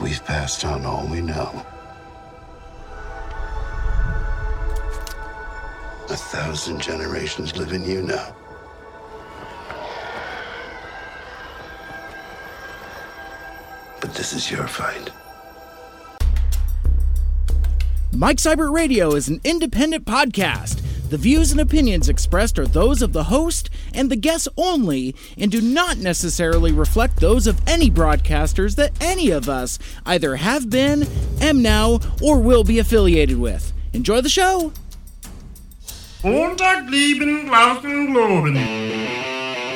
We've passed on all we know. A thousand generations live in you now. But this is your fight. Mike Seibert Radio is an independent podcast. The views and opinions expressed are those of the host and the guests only and do not necessarily reflect those of any broadcasters that any of us either have been, am now, or will be affiliated with. Enjoy the show! Montag lieben, Glauben, Globen.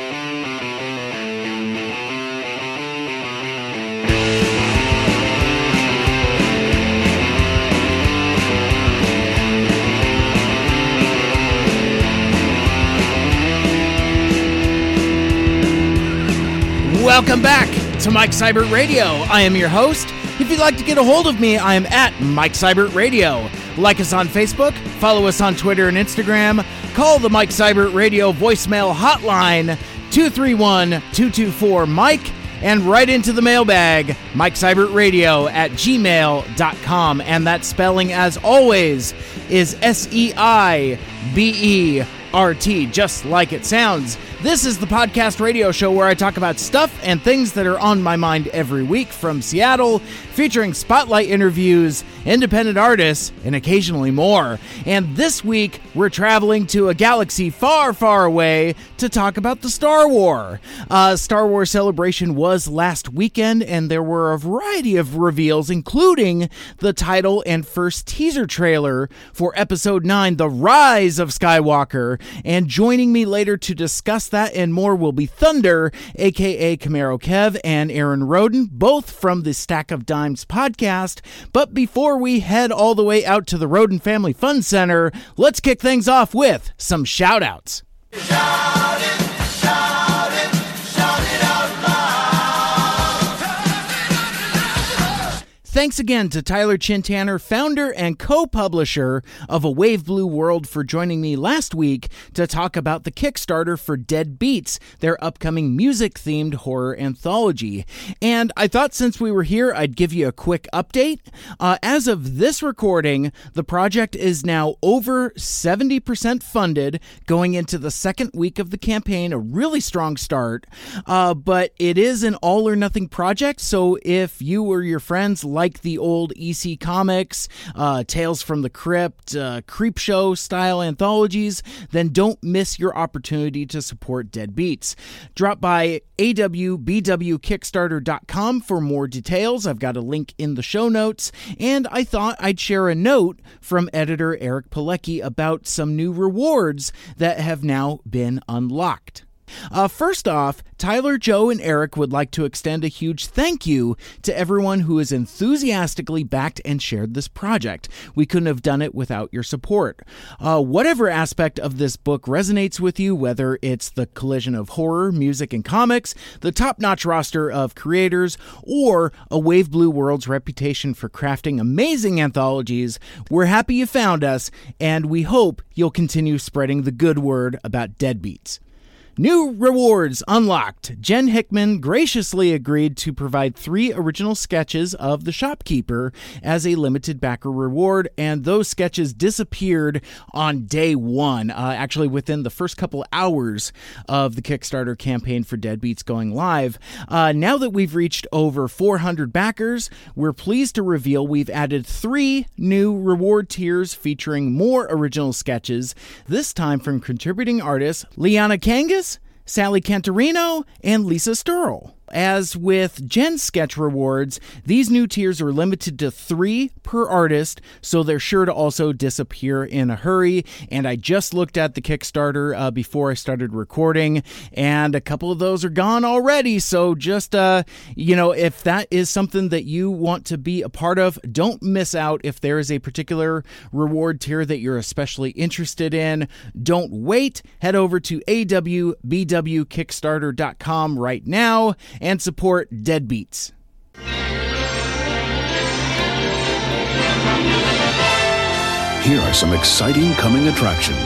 Welcome back to Mike Seibert Radio. I am your host. If you'd like to get a hold of me, I am at Mike Seibert Radio. Like us on Facebook, follow us on Twitter and Instagram, call the Mike Seibert Radio voicemail hotline 231 224 Mike, and right into the mailbag, Mike Seibert Radio at gmail.com. And that spelling, as always, is S E I B E RT, just like it sounds. This is the podcast radio show where I talk about stuff and things that are on my mind every week from Seattle, featuring spotlight interviews, independent artists, and occasionally more. And this week, we're traveling to a galaxy far, far away to talk about the Star War. Uh, Star Wars Celebration was last weekend, and there were a variety of reveals, including the title and first teaser trailer for Episode 9 The Rise of Skywalker. And joining me later to discuss that and more will be Thunder, aka Camaro Kev, and Aaron Roden, both from the Stack of Dimes podcast. But before we head all the way out to the Roden Family Fun Center, let's kick things off with some shout outs. Thanks again to Tyler Chintanner, founder and co publisher of A Wave Blue World, for joining me last week to talk about the Kickstarter for Dead Beats, their upcoming music themed horror anthology. And I thought since we were here, I'd give you a quick update. Uh, as of this recording, the project is now over 70% funded, going into the second week of the campaign, a really strong start. Uh, but it is an all or nothing project, so if you or your friends like the old EC comics, uh, Tales from the Crypt, uh, Creep Show style anthologies, then don't miss your opportunity to support Dead Beats. Drop by awbwkickstarter.com for more details. I've got a link in the show notes, and I thought I'd share a note from editor Eric Pilecki about some new rewards that have now been unlocked. Uh, first off, Tyler, Joe, and Eric would like to extend a huge thank you to everyone who has enthusiastically backed and shared this project. We couldn't have done it without your support. Uh, whatever aspect of this book resonates with you, whether it's the collision of horror, music, and comics, the top notch roster of creators, or a Wave Blue World's reputation for crafting amazing anthologies, we're happy you found us, and we hope you'll continue spreading the good word about Deadbeats. New rewards unlocked. Jen Hickman graciously agreed to provide three original sketches of The Shopkeeper as a limited backer reward, and those sketches disappeared on day one, uh, actually within the first couple hours of the Kickstarter campaign for Deadbeats going live. Uh, now that we've reached over 400 backers, we're pleased to reveal we've added three new reward tiers featuring more original sketches, this time from contributing artists Liana Kangas, Sally Cantorino, and Lisa Sturl. As with Gen Sketch rewards, these new tiers are limited to three per artist, so they're sure to also disappear in a hurry. And I just looked at the Kickstarter uh, before I started recording, and a couple of those are gone already. So just, uh, you know, if that is something that you want to be a part of, don't miss out. If there is a particular reward tier that you're especially interested in, don't wait. Head over to awbwkickstarter.com right now and support Deadbeats. Here are some exciting coming attractions.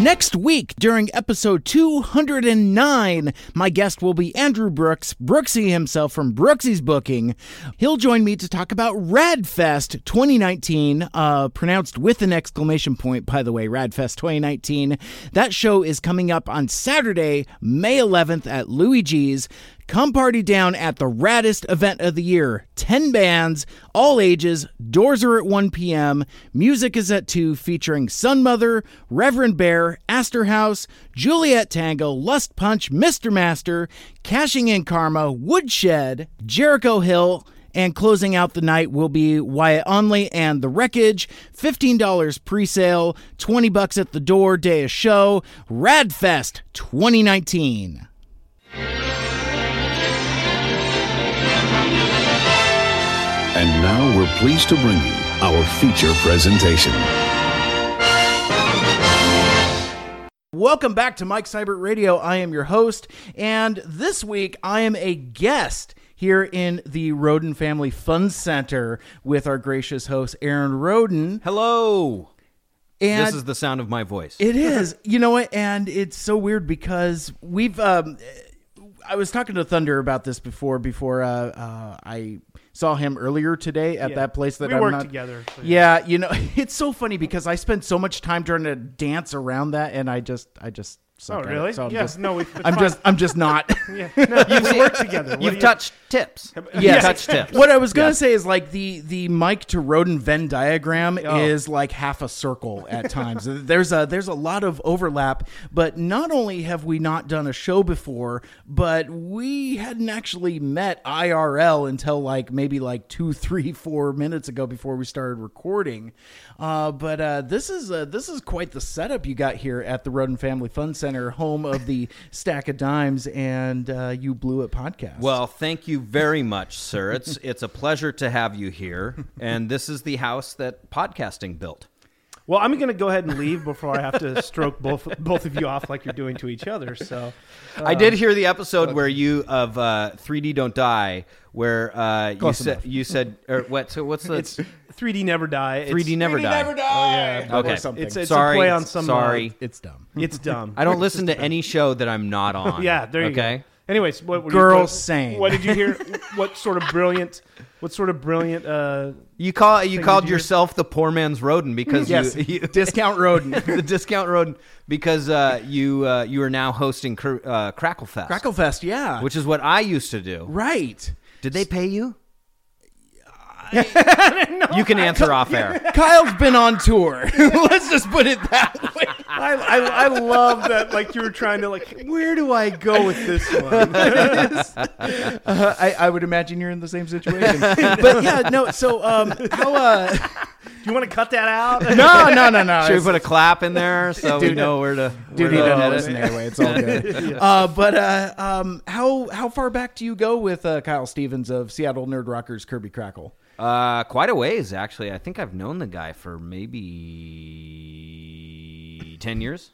Next week, during episode 209, my guest will be Andrew Brooks, Brooksy himself from Brooksy's Booking. He'll join me to talk about Radfest 2019, uh, pronounced with an exclamation point, by the way, Radfest 2019. That show is coming up on Saturday, May 11th at Luigi's. Come party down at the raddest event of the year. 10 bands, all ages. Doors are at 1 p.m. Music is at 2, featuring Sun Mother, Reverend Bear, Astor House, Juliet Tango, Lust Punch, Mr. Master, Cashing in Karma, Woodshed, Jericho Hill, and closing out the night will be Wyatt Onley and The Wreckage. $15 pre sale, 20 bucks at the door, day of show. Radfest 2019. And now we're pleased to bring you our feature presentation. Welcome back to Mike Seibert Radio. I am your host, and this week I am a guest here in the Roden Family Fun Center with our gracious host, Aaron Roden. Hello. And this is the sound of my voice. It is. You know what? And it's so weird because we've. Um, I was talking to Thunder about this before. Before uh, uh, I saw him earlier today at that place that We I'm work not- together, so yeah. you know, it's so funny because I spend so much time trying to dance around that, and I just, I just. suck Oh, at it. really? So I'm Yes, just, no, it's- it's I'm fine. just, I'm just not. Yeah, no, you've worked together. What do You've you- touched tips. Yes. Touch tips. What I was gonna say is like the the Mike to Roden Venn diagram Oh. is like half a circle at times. there's a there's a lot of overlap, but not only have we not done a show before, but we hadn't actually met IRL until like maybe like two, three, four minutes ago before we started recording. Uh, but uh, this is uh, this is quite the setup you got here at the Roden Family Fun Center, home of the Stack of Dimes and uh, You Blew It podcast. Well, thank you very much, sir. It's it's a pleasure to have you here. And this is the house that podcasting built. Well, I'm going to go ahead and leave before I have to stroke both both of you off like you're doing to each other. So, I did hear the episode where you of uh, 3D Don't Die, where uh, you said you said or what? So what's the it's 3D never die. It's- 3D Never Die? Okay. or Oh, something. It's, it's sorry. a play on some. uh, sorry. It's dumb. it's dumb. I don't listen to any show that I'm not on. yeah, there you go. okay? Anyways, what what- Girl what- sane. What did you hear? what sort of brilliant? What sort of brilliant? Uh, You call you Thing called to do. yourself the poor man's Roden because Yes, you, you discount Roden. the discount Roden because uh, you uh, you are now hosting cr- uh, Cracklefest. Cracklefest, yeah. which is what I used to do. right. Did they pay you? you can answer off air. Kyle's been on tour. Let's just put it that way. Ah. I, I I love that. Like you were trying to like, where do I go with this one? Uh, I, I would imagine you're in the same situation. but yeah, no, so um how uh Do you want to cut that out? No, no, no, no. Should we put a clap in there so we Dude, know where to? Dude, where he to doesn't head listen it? anyway. It's all good. uh, but uh, um, how how far back do you go with uh, Kyle Stevens of Seattle Nerd Rockers Kirby Crackle? Uh, quite a ways actually. I think I've known the guy for maybe ten years.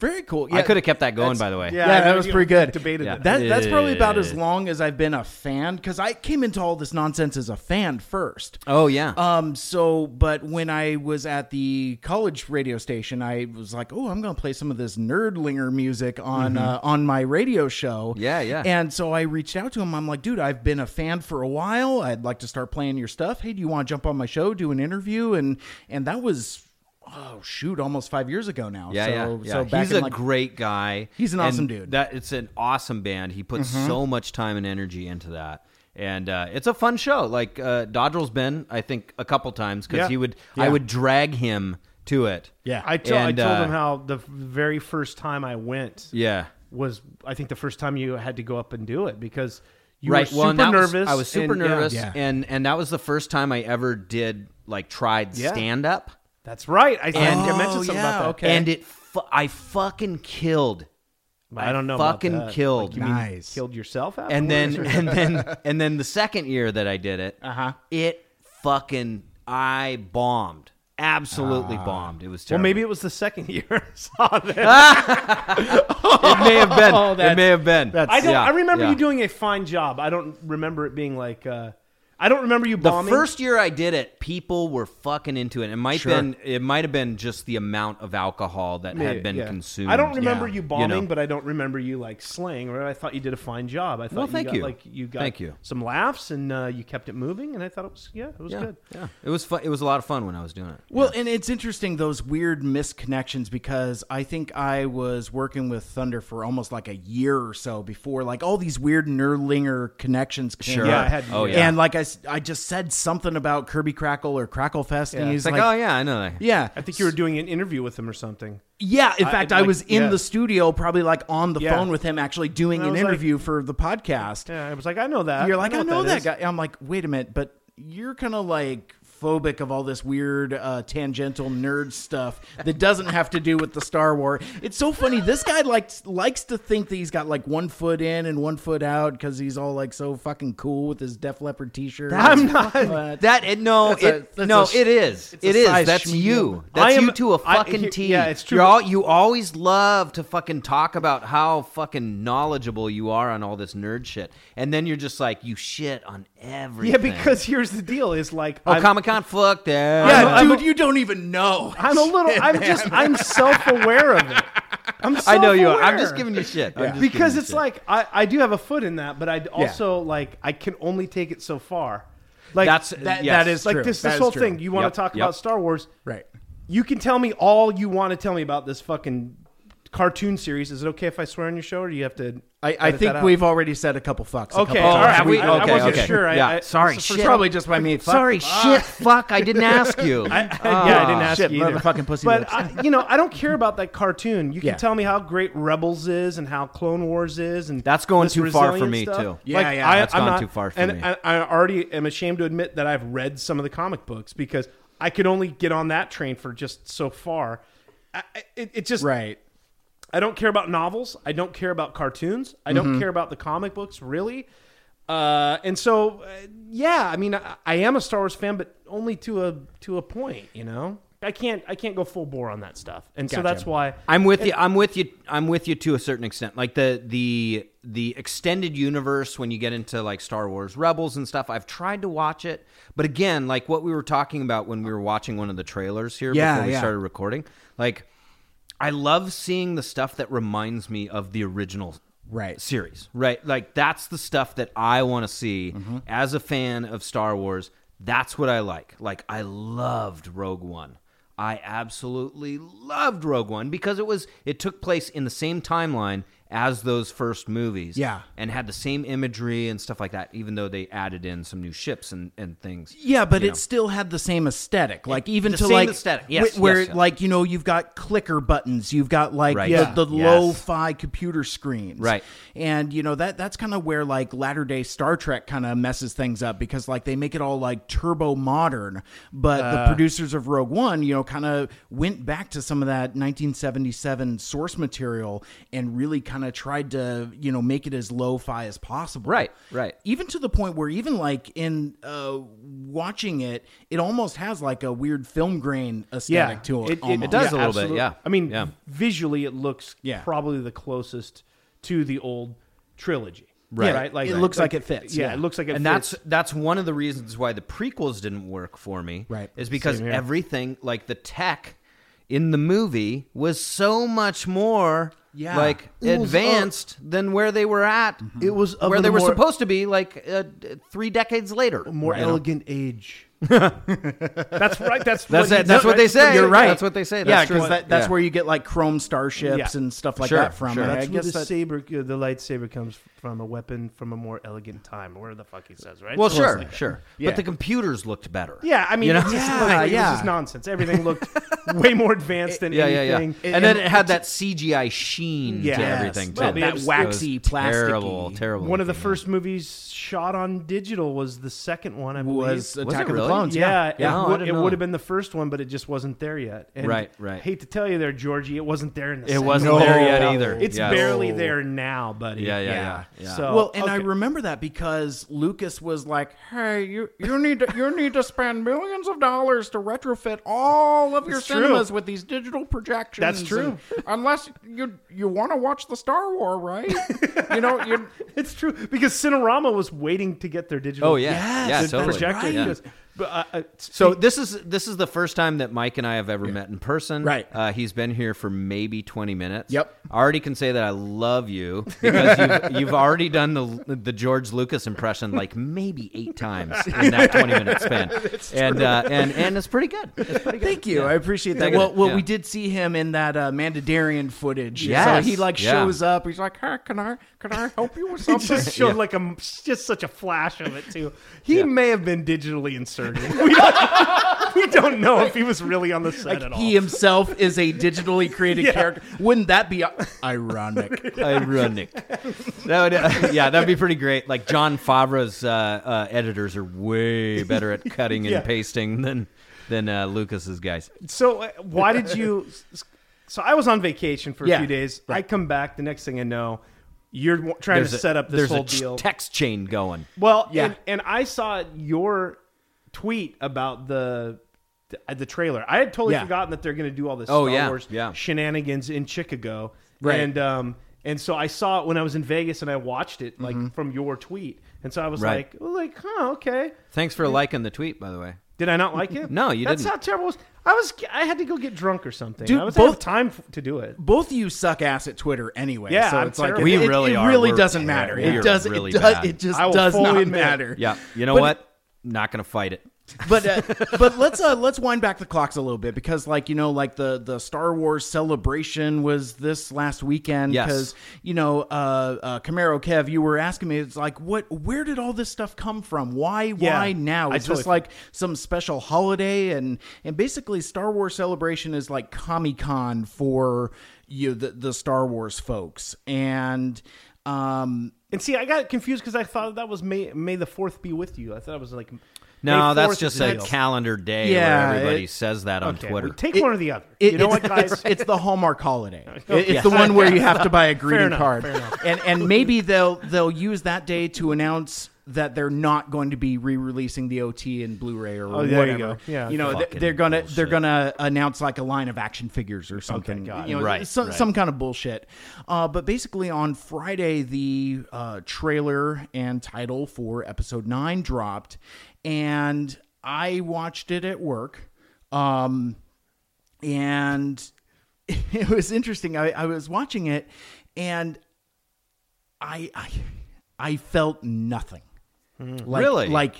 Very cool. Yeah, I could have kept that going, by the way. yeah. yeah, I that know was you pretty good. debated Yeah. That, that's probably about as Yeah. long as I've been a fan because I came into all this nonsense as a fan first. Oh yeah. Um. So, but when I was at the college radio station, I was like, "Oh, I'm going to play some of this nerdlinger music on uh, on my radio show." Mm-hmm. Yeah, yeah. And so I reached out to him. I'm like, "Dude, I've been a fan for a while. I'd like to start playing your stuff. Hey, do you want to jump on my show, do an interview?" And and that was. Oh shoot! Almost five years ago now. yeah, so, yeah, yeah. So back he's in a like, great guy. He's an and awesome dude. That it's an awesome band. He puts Mm-hmm. so much time and energy into that, and uh, it's a fun show. Like uh, Dodrell's been, I think, a couple times because Yeah. he would, Yeah. I would drag him to it. yeah. I, to- I And, told uh, him how the very first time I went, yeah. was I think the first time you had to go up and do it because you right. were super well, and that was- nervous. I was super and- yeah. nervous, Yeah. and and that was the first time I ever did like tried Yeah. stand up, That's right. I, I And- Oh, think I mentioned something yeah, about that. okay. and it, fu- I fucking killed. I don't know. Fucking about that. killed. Like, you mean Nice. killed yourself afterwards? and then or- and then and then the second year that I did it, uh-huh. it fucking I bombed, absolutely bombed. It was Ah. well, terrible. maybe it was the second year I saw that. Ah, it may have been. Oh, it that's- may have been. I don't. Yeah, I remember yeah. you doing a fine job. I don't remember it being like. Uh, I don't remember you The bombing. first year I did it, people were fucking into it. It might Sure. been it might have been just the amount of alcohol that Yeah, had been yeah. consumed. I don't remember Yeah. you bombing, know. but I don't remember you like slaying. Right? I thought you did a fine job. I thought Well, thank got, you. like you got Thank you. some laughs and uh, you kept it moving, and I thought it was yeah, it was yeah, good. yeah. It was fun. It was a lot of fun when I was doing it. Well, and it's interesting those weird misconnections because I think I was working with Thunder for almost like a year or so before, like all these weird Nerdlinger connections. Came Sure. Yeah, up. I had- Oh, yeah. And like I, s- I just said something about Kirby Crackle or Crackle Fest, and he's It's like, oh yeah, I know that. yeah, I think you were doing an interview with him or something. yeah. In I- fact, I, like, was in yeah. the studio, probably like on the Yeah. phone with him, actually doing And I an was like- interview for the podcast. Yeah, I was like, I know that. You're like, I know, what that, is. guy. I'm like, wait a minute, but you're kind of like phobic of all this weird uh, tangential nerd stuff that doesn't have to do with the Star Wars. It's so funny. This guy likes likes to think that he's got like one foot in and one foot out because he's all like so fucking cool with his Def Leppard T-shirt. I'm not- But- That it, no, That's a- it, that's no, a sh- it is. it's a It is. size That's schmedium. you. I That's am- you to a I- fucking he- T. yeah, it's true. You're all, you always love to fucking talk about how fucking knowledgeable you are on all this nerd shit, and then you're just like, you shit on everything. Yeah, because here's the deal: is like, oh, I'm- Comic Con, fuck that. Yeah, I'm- I'm dude, a- you don't even know. I'm a little. I'm just. I'm self-aware of it. I'm. I know you. are. I'm self-aware. just giving you shit. I'm just giving because you it's shit. like I, I do have a foot in that, but I also like I can only take it so far. Like That's- That, Yes. that is like true. this That this is whole true. thing. You want Yep, to talk yep. about Star Wars? right? You can tell me all you want to tell me about this fucking cartoon series. Is it okay if I swear on your show, or do you have to? I, I edit that think out? we've already said a couple fucks. a Okay, couple Oh, all times. right. have we? I, I Okay, wasn't okay. sure. I- Yeah. I, Sorry, it's the shit. first- Probably just by me. Fuck. sorry, shit, fuck, I didn't ask you. Oh, yeah, I didn't ask shit, you either. motherfucking pussy But lips. I, you know, I don't care about that cartoon. You can Yeah. tell me how great Rebels is and how Clone Wars is, and That's going this too far for resilient me, stuff. too. Yeah, Like, yeah, I, that's I'm gone not- too far for and, me. And I already am ashamed to admit that I've read some of the comic books because I could only get on that train for just so far. I, I- it, it just Right. I don't care about novels. I don't care about cartoons. I Mm-hmm. don't care about the comic books, really. Uh, and so, uh, yeah, I mean, I, I am a Star Wars fan, but only to a to a point, you know. I can't I can't go full bore on that stuff, and so that's why I'm with you. I'm with you. I'm with you to a certain extent. Like the the the extended universe when you get into like Star Wars Rebels and stuff. I've tried to watch it, but again, like what we were talking about when we were watching one of the trailers here Yeah, before we yeah. started recording. Like I love seeing the stuff that reminds me of the original Right. series. Right? Like that's the stuff that I want to see Mm-hmm. as a fan of Star Wars. That's what I like. Like I loved Rogue One. I absolutely loved Rogue One because it was it took place in the same timeline as those first movies. Yeah. And had the same imagery and stuff like that, even though they added in some new ships and, and things. Yeah, but you it know. still had the same aesthetic. Like even the to same like aesthetic. wh- Yes, where yes, yes. like you know you've got clicker buttons, you've got like Right. the, Yeah. the Yes. lo-fi computer screens, Right. And you know that that's kind of where like latter day Star Trek kind of messes things up because like they make it all like turbo modern, but Uh. the producers of Rogue One, you know, kind of went back to some of that 1977 source material and really kind of tried to you know make it as lo-fi as possible, Right, right. even to the point where even like in uh watching it it almost has like a weird film grain aesthetic to it, almost. does a little bit, absolutely. yeah. I mean, Yeah. visually, it looks Yeah. probably the closest to the old trilogy, Right. Like It looks like it fits, Yeah, yeah. it looks like it. and fits. that's that's one of the reasons why the prequels didn't work for me Right. is because everything like the tech in the movie was so much more Yeah. like was, uh, advanced than where they were at It was of where a they were more- supposed to be like uh, d- three decades later more you know? elegant age. that's right. That's that's what, it, that's what they say you're right that's what they say yeah that's true. that, that's Yeah. where you get like chrome starships Yeah. and stuff like Sure, that from sure. right? That's i where guess the that, saber, uh, the lightsaber comes from a weapon from a more elegant time. Where the fuck he says, right? well So it's sure like- sure Yeah. but the computers looked better Yeah, I mean, You know? it's just Yeah, like, it yeah. was just nonsense. Everything looked way more advanced than yeah, yeah, yeah. anything. And, then it had that CGI sheen Yeah. to Yes. everything too. Well, it was was- waxy, it was terrible, plasticky. terrible. One of the looking, yeah. first movies shot on digital was the second one. I believe was it attack of the really? clones Yeah, Yeah. it, Oh, I would, didn't it know would that. have been the first one, but it just wasn't there yet. And Right, right. Hate to tell you, there, Georgie, it wasn't there in the. It second wasn't one. there yet either. It's Yes. barely there now, buddy. Yeah, yeah, yeah, yeah. So well and i okay. remember that because lucas was like hey you you need to you need to spend millions of dollars to retrofit all of your It's true. true. cinemas with these digital projections. That's true. and- unless you you want to watch the Star War, right? you know, you It's true because Cinerama was waiting to get their digital. Oh, yeah. Yes, Yeah, the totally. projector. Right. Just- but, uh, uh, So this is this is the first time that Mike and I have ever met in person. Right. Uh, he's been here for maybe twenty minutes. Yep. I already can say that I love you because you've, you've already done the the George Lucas impression like maybe eight times in that twenty minute span. and uh, and and it's pretty good. It's pretty good. Thank you. I appreciate that. Thank you. Well, well Yeah. we did see him in that uh, Mandadarian footage. Yes. So he like Yeah. shows up. He's he's like, hey, can I can I help you with He something? just showed Yeah. like a just such a flash of it too. He may have been digitally inserted. We don't, we don't know if he was really on the set like at all. he himself is a digitally created Yeah. character. Wouldn't that be ironic? ironic. That would, uh, yeah, that'd be pretty great. Like John Favreau's uh, uh, editors are way better at cutting Yeah. and pasting than than uh, Lucas's guys. so uh, why did you? So I was on vacation for a Yeah. few days. I come back. The next thing I know, you're w- trying to a- set up this there's whole a ch- deal. text chain going. Well, Yeah. and, and I saw your tweet about the the, the trailer. I had totally Yeah. forgotten that they're going to do all this Oh, Star yeah, Wars yeah. shenanigans in Chicago, Right. And um, and so I saw it when I was in Vegas, and I watched it like from your tweet, and so I was Mm-hmm. Right. like, like, huh, okay. Thanks for liking the tweet, by the way. Did I not like it? No, you That's didn't. how terrible. it was. I was. I had to go get drunk or something. Dude, I was both- both time f- to do it. Both of you suck ass at Twitter anyway. Yeah, so I'm it's like terrible. it- We it, really it are. really We're- doesn't yeah, matter. we it are does. really it, does bad. it just I will does fully not admit it. matter. Yeah, you know Er, But- what? Not gonna fight it. but uh, but let's uh, let's wind back the clocks a little bit because like you know like the the Star Wars celebration was this last weekend Yes. because you know uh, uh Camaro Kev you were asking me it's like what where did all this stuff come from why Yeah. why now I is totally- this like some special holiday and and basically Star Wars celebration is like Comic Con for you the the Star Wars folks and um And see, I got confused because I thought that was May May the Fourth be with you. I thought it was like No, May that's 4th just is a real. calendar day Yeah, where everybody it- says that on Okay, Twitter. we take It- one or the other. It- you know what, it's- guys? It's the Hallmark holiday. It- It's Yeah. the one where you have to buy a greeting enough, card, fair enough. and and maybe they'll they'll use that day to announce that they're not going to be re-releasing the OT and Blu-ray or Oh, whatever. there you go. Yeah. You know, they- Fucking they're gonna they're bullshit. gonna announce like a line of action figures or something. got you know, Right, some, right. some kind of bullshit. Uh, but basically, on Friday, the uh, trailer and title for episode nine dropped, and I watched it at work. Um, and it was interesting. I, I was watching it, and I I, I felt nothing. Like, Hmm. Really? like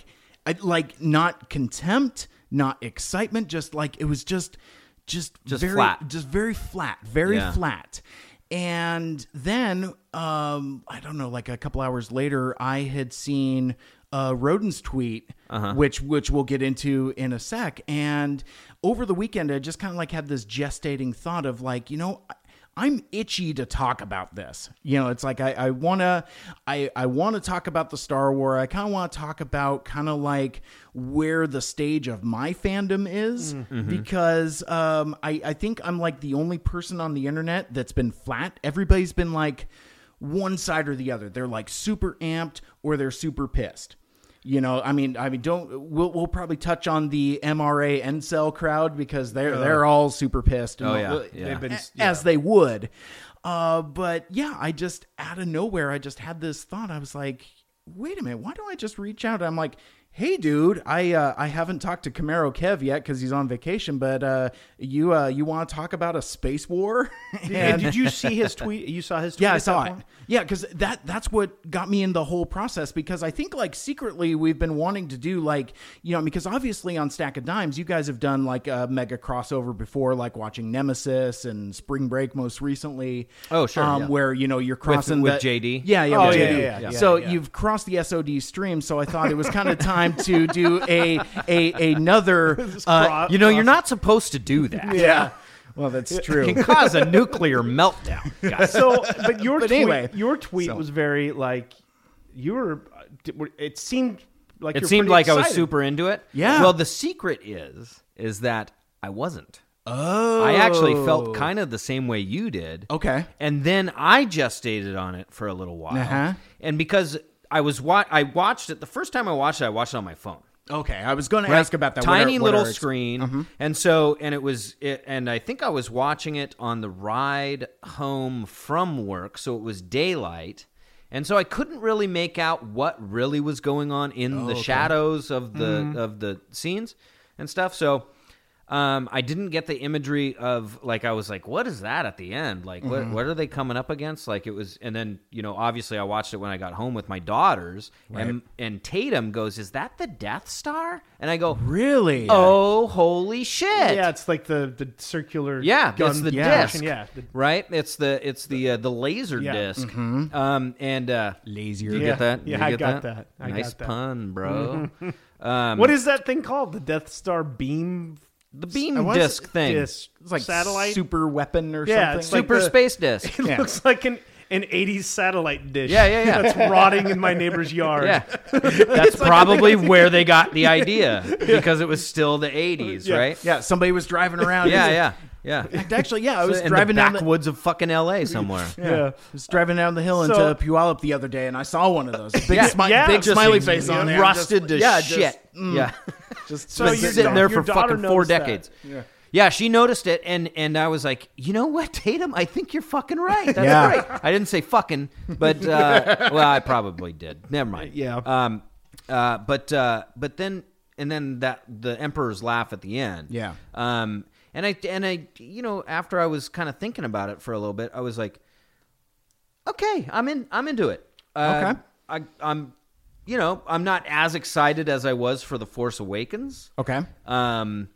I, like not contempt, not excitement. Just like it was just just Just very, flat. just very flat, very Yeah. flat. And then um, I don't know, like a couple hours later, I had seen uh, Roden's tweet, which which we'll get into in a sec. And over the weekend, I just kind of like had this gestating thought of like, you know. I- I'm itchy to talk about this. You know, it's like I, I wanna I, I wanna talk about the Star War. I kinda wanna talk about kinda like where the stage of my fandom is Mm-hmm. because um I, I think I'm like the only person on the internet that's been flat. Everybody's been like one side or the other. They're like super amped or they're super pissed. You know, I mean, I mean, don't we'll, we'll probably touch on the MRA NCell crowd because they're they're all super pissed. And Oh, all- yeah, yeah. They've been a- as they would. Uh, but yeah, I just out of nowhere, I just had this thought. I was like, wait a minute, why don't I just reach out? I'm like, hey, dude, I uh, I haven't talked to Camaro Kev yet because he's on vacation, but uh, you uh, you want to talk about a space war? And did you see his tweet? You saw his tweet? Yeah, I at saw that it. point? Yeah, because that that's what got me in the whole process because I think like secretly we've been wanting to do like you know because obviously on Stack of Dimes you guys have done like a mega crossover before like watching Nemesis and Spring Break most recently. Oh, sure, um, yeah. where you know you're crossing with the- JD? Yeah, yeah, Oh, with yeah, JD. yeah, yeah, yeah. So Yeah. you've crossed the SOD stream, so I thought it was kind of time to do a a another. Uh, Cro- You know, you're not supposed to do that. yeah. Well, that's true. It can cause a nuclear meltdown. guys. So, but your But tweet, anyway, your tweet so- was very like you were. uh, d- were- It seemed like it you're seemed pretty like I was excited. super into it. Yeah. Well, the secret is is that I wasn't. Oh. I actually felt kind of the same way you did. Okay. And then I gestated on it for a little while. Uh-huh. And because I was wa- I watched it the first time I watched it, I watched it on my phone. Okay, I was going to Right? ask about that. What are- tiny what little are ex- screen and so and it was it, and i think i was watching it on the ride home from work so it was daylight and so i couldn't really make out what really was going on in the shadows of the of the scenes and stuff so um, I didn't get the imagery of like I was like, what is that at the end? Like, what what are they coming up against? Like it was, and then you know, obviously, I watched it when I got home with my daughters, and and Tatum goes, "Is that the Death Star?" And I go, Really? "Oh, holy shit!" Yeah, it's like the the circular. Yeah, gun it's the yeah. disc, Mm. Yeah, the- right? It's the it's the uh, the laser Yeah. disc. Um, and uh, laser. You Yeah. get that? Yeah, You I get got that. I nice got that. Mm-hmm. pun, bro. Um, what is that thing called? The Death Star beam the beam I want- disc thing, disc It's like satellite. super weapon or something. Yeah, it's like super the- space disc. It Yeah. looks like an an 80s satellite dish. Yeah, yeah, yeah. That's rotting in my neighbor's yard. Yeah. That's probably where they got the idea because it was still the 80s, Yeah. right? yeah, somebody was driving around. Yeah, yeah. Yeah. Actually, yeah, I was So in driving the down the, backwoods of fucking LA somewhere. yeah. I was driving down the hill So- into Puyallup the other day, and I saw one of those big, Yeah. smi- Yeah. big Just smiley face on there, Rusted just- to yeah, just- shit. mm. yeah. Just So Been your sitting da- there your for fucking daughter four noticed that. decades. Yeah. she noticed it and and I was like, "You know what, Tatum? I think you're fucking right. That's Yeah. right." I didn't say fucking, but uh, well, I probably did. Never mind. Yeah. Um uh but uh but then and then that the emperor's laugh at the end. Yeah. Um, and I and I you know after I was kind of thinking about it for a little bit, I was like, okay, I'm in, I'm into it. Uh, Okay. I, I'm, you know, I'm not as excited as I was for the Force Awakens. okay. Um,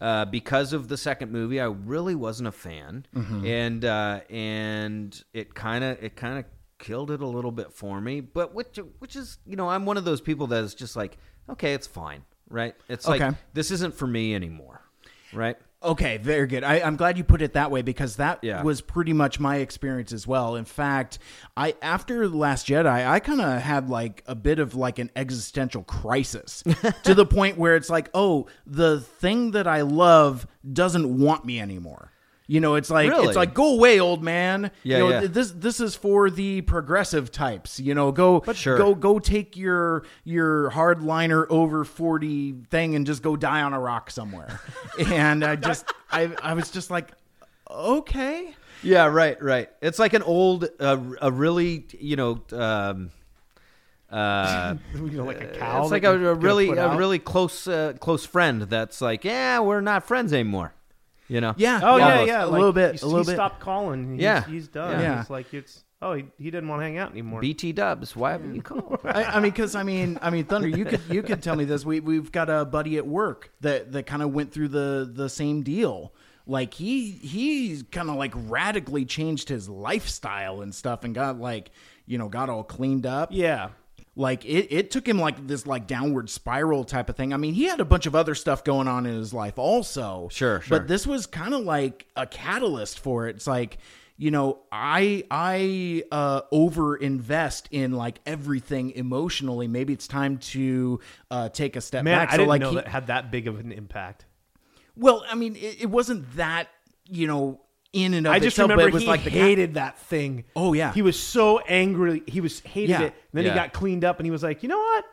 uh, because of the second movie, I really wasn't a fan, Mm-hmm. and uh, and it kind of it kind of killed it a little bit for me. But which which is you know I'm one of those people that is just like okay, it's fine, right? It's like Okay. this isn't for me anymore, right? Okay, very good. I, I'm glad you put it that way because that Yeah. was pretty much my experience as well. In fact, I after Last Jedi, I kind of had like a bit of like an existential crisis to the point where it's like, oh, the thing that I love doesn't want me anymore. You know, it's like Really? it's like go away, old man. Yeah, you know, yeah. th- this this is for the progressive types. You know, go Sure. go go take your your hardliner over 40 thing and just go die on a rock somewhere and i just i i was just like okay Yeah, right, right. It's like an old, uh, a really, you know, um, uh, You know, like a cow. it's that like a, you a get really, put a out. really close, uh, close friend that's like, yeah, we're not friends anymore. You know? yeah Oh yeah, Almost. yeah. a like, little bit he's- a little he bit stopped calling. He's, Yeah. he's done. Yeah. It's like it's. Oh, he, he didn't want to hang out anymore. BT Dubs, why haven't you called? I, I mean, because I mean, I mean, Thunder, you could you could tell me this. We we've got a buddy at work that that kind of went through the the same deal. Like he he kind of like radically changed his lifestyle and stuff, and got like you know got all cleaned up. yeah. like it, it took him like this like downward spiral type of thing i mean he had a bunch of other stuff going on in his life also Sure, sure. but this was kind of like a catalyst for it it's like you know i i uh over invest in like everything emotionally maybe it's time to uh take a step Man, back I didn't like know he- that had that big of an impact. well i mean it, it wasn't that you know in and of I just itself, but remember it was he like the ca- hated that thing. Oh, yeah. he was so angry. He was hated Yeah. it. And then Yeah. he got cleaned up, and he was like, you know what?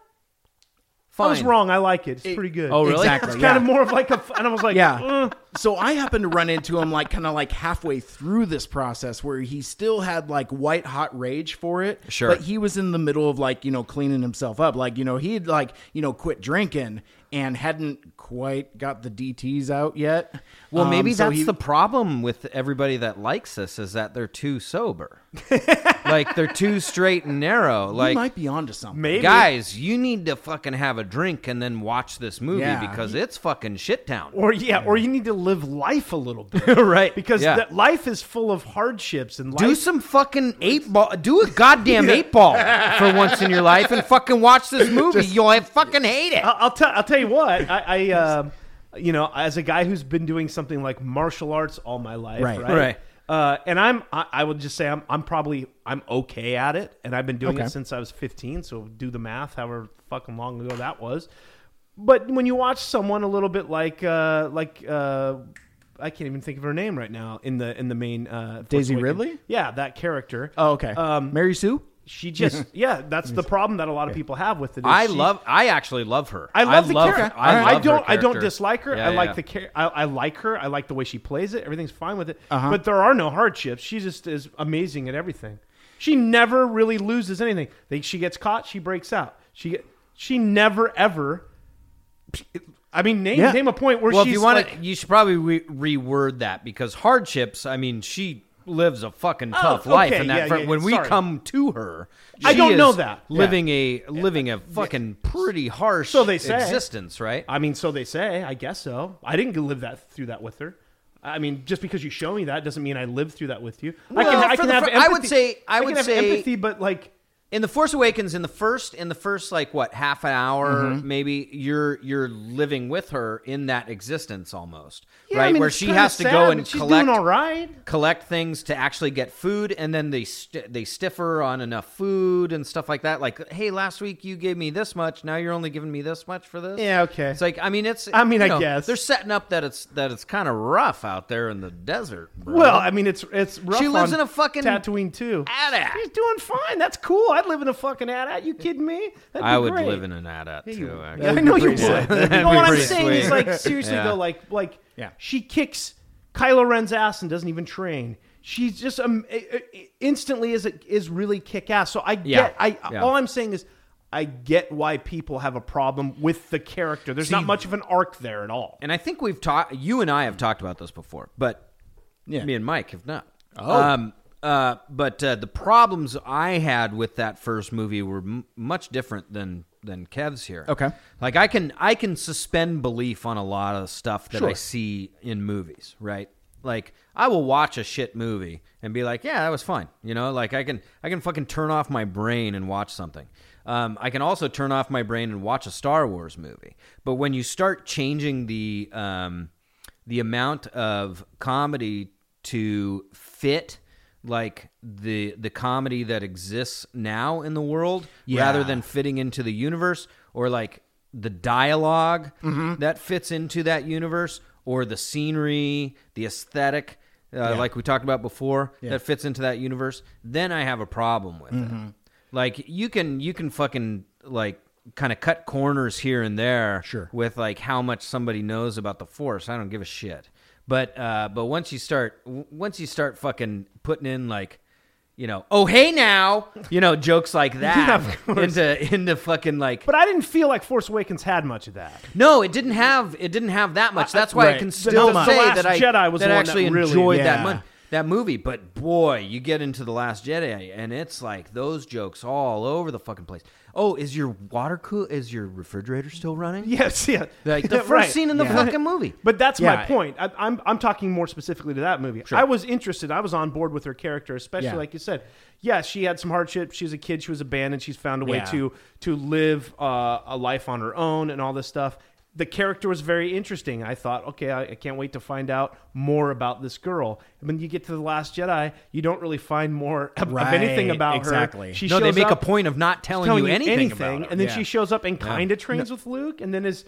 Fine. I was wrong. I like it. It's pretty good. Oh, really? exactly It's yeah. kind of more of like a. f- And I was like, Yeah. "Uh, Mm. So I happened to run into him like kind of like halfway through this process where he still had like white hot rage for it. Sure. But he was in the middle of like, you know, cleaning himself up. Like, you know, he'd like, you know, quit drinking and hadn't quite got the DTs out yet. Well, Um, maybe so that's he- the problem with everybody that likes this is that they're too sober. like they're too straight and narrow. he Like might be onto something. maybe guys, you need to fucking have a drink and then watch this movie Yeah. because it's fucking shit town. Or yeah, or you need to live life a little bit, Right, Because yeah. that life is full of hardships and life. Do some fucking eight ball. Do a goddamn eight ball for once in your life, and fucking watch this movie. You'll have fucking hate it. I- I'll tell. I'll tell you what. I, I um, you know, as a guy who's been doing something like martial arts all my life, Right. right? Right. Uh, and I'm. I, I would just say I'm. I'm probably. I'm okay at it, and I've been doing Okay. it since I was 15. So do the math, however fucking long ago that was. But when you watch someone a little bit like, uh, like. Uh, I can't even think of her name right now in the in the main uh, Force Daisy Awakens. Ridley? Yeah, that character. Oh, okay. Um, Mary Sue? she just yeah, that's the problem that a lot of people have with it. is I she- love. I actually love her. I love the character. I, love her don't. I don't character. dislike her. Yeah, I like yeah. the char- I, I like her. I like the way she plays it. Everything's fine with it. Uh-huh. But there are no hardships. She just is amazing at everything. She never really loses anything. They, she gets caught. She breaks out. She get, she never ever. I mean, name Yeah. name a point where Well, if she's you want like, to, you should probably re- reword that because hardships. I mean, she lives a fucking tough Oh, okay, life, and that yeah, fir- yeah, when we sorry. come to her, I she don't is know that. living a living a fucking pretty harsh So they say. existence, right? I mean, so they say. I guess so. I didn't live that through that with her. I mean, just because you show me that doesn't mean I lived through that with you. I Well, can, I for can the have fir- empathy. I would say- I would can have say- empathy, but like, in the Force Awakens, in the first, in the first like what half an hour, Mm-hmm. maybe you're you're living with her in that existence almost, yeah, I right? mean, Where it's she kinda has to sad, go but and she's collect doing all right. collect things to actually get food, and then they st- they stiff her on enough food and stuff like that. Like, hey, last week you gave me this much, now you're only giving me this much for this. Yeah, okay. It's like I mean, it's I mean, you I know, guess. they're setting up that it's that it's kind of rough out there in the desert. bro. Well, I mean, it's it's rough. She lives on in a fucking Tatooine too. Adat. She's doing fine. That's cool. I'd live in a fucking Adat. You kidding me? That'd I be would great. live in an adat too. Actually. I know you would. be But what I'm pretty saying sweet. is, like, seriously Yeah. though, like, like, Yeah. she kicks Kylo Ren's ass and doesn't even train. She's just um, i- i- instantly is is really kick ass. So I get. Yeah. I Yeah. all I'm saying is. I get why people have a problem with the character. There's not much of an arc there at all. and I think we've talked. You and I have talked about this before, but me and Mike have not. Oh. Um, uh, but uh, the problems I had with that first movie were m- much different than than Kev's here. Okay. like I can I can suspend belief on a lot of stuff that I see in movies, right? Like I will watch a shit movie and be like, yeah, that was fine. You know, like I can I can fucking turn off my brain and watch something. Um, I can also turn off my brain and watch a Star Wars movie. But when you start changing the um, the amount of comedy to fit like the the comedy that exists now in the world rather than fitting into the universe or like the dialog that fits into that universe or the scenery the aesthetic uh, like we talked about before that fits into that universe then i have a problem with it like you can you can fucking like kind of cut corners here and there Sure. with like how much somebody knows about the force i don't give a shit but uh but once you start w- once you start fucking putting in like you know oh hey now you know jokes like that into into fucking like But I didn't feel like Force Awakens had much of that. no it didn't have it didn't have that much that's why i right. can The- still the say Last that i Jedi was that the I one that actually really- enjoyed that Yeah. mon- that movie but boy you get into the last jedi and it's like those jokes all over the fucking place oh is your water cool is your refrigerator still running Yes, yeah. like the Yeah, first right. scene in the fucking movie But that's my Yeah. point. I, I'm I'm talking more specifically to that movie. I was interested. I was on board with her character, especially Yeah. like you said. Yes, she had some hardship. She's a kid. She was abandoned. She's found a way Yeah. to to live uh, a life on her own and all this stuff. The character was very interesting. I thought, okay, I, I can't wait to find out more about this girl. And when you get to the Last Jedi, you don't really find more of, of Right, anything about her. exactly. She no they shows make up- a point of not telling, telling you anything, about anything, her. and then Yeah. she shows up and kind of trains with Luke, and then is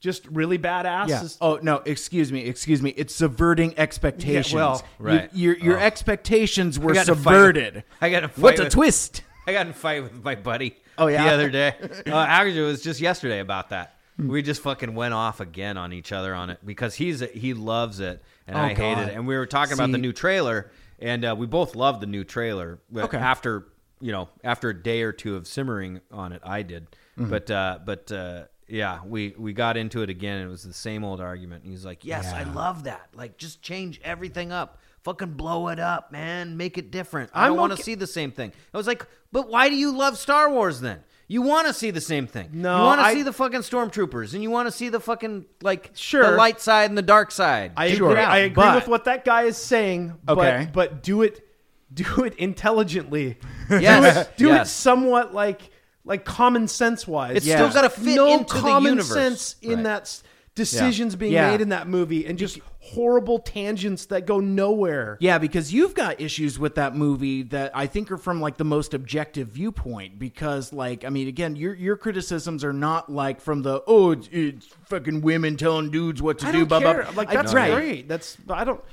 just really badass. Yeah. Is- Oh no! Excuse me. Excuse me. It's subverting expectations. well, You- right. your your expectations were got in a fight- subverted. I got in a fight What's a with- twist? I got in a fight with my buddy. Oh, yeah? the other day. Uh, actually, it was just yesterday about that. We just fucking went off again on each other on it because he's he loves it and I hate Oh, God. it. And we were talking about the See- new trailer, and uh, we both loved the new trailer. But Okay. After you know, after a day or two of simmering on it, I did. Mm-hmm. But uh, but uh, yeah, we we got into it again. and It was the same old argument. And he's like, "Yes, I love that. Like, just change everything up." Fucking blow it up, man. Make it different. I I'm don't want to okay- see the same thing. I was like, but why do you love Star Wars then? You want to see the same thing. No, you want to I- see the fucking stormtroopers, and you want to see the fucking like Sure. the light side and the dark side. I Figure agree. it out. I agree but- with what that guy is saying. But, Okay. but do it, do it intelligently. Yes. do Yes. it somewhat like like common sense wise. It's still gotta fit no into the common universe. sense in Right. that s- decisions being Yeah. made in that movie, and just horrible tangents that go nowhere. Yeah, because you've got issues with that movie that I think are from like the most objective viewpoint. Because, like, I mean, again, your your criticisms are not like from the oh, it's, it's fucking women telling dudes what to I do. don't blah, blah, care. blah." Like I- that's right. great. That's I don't.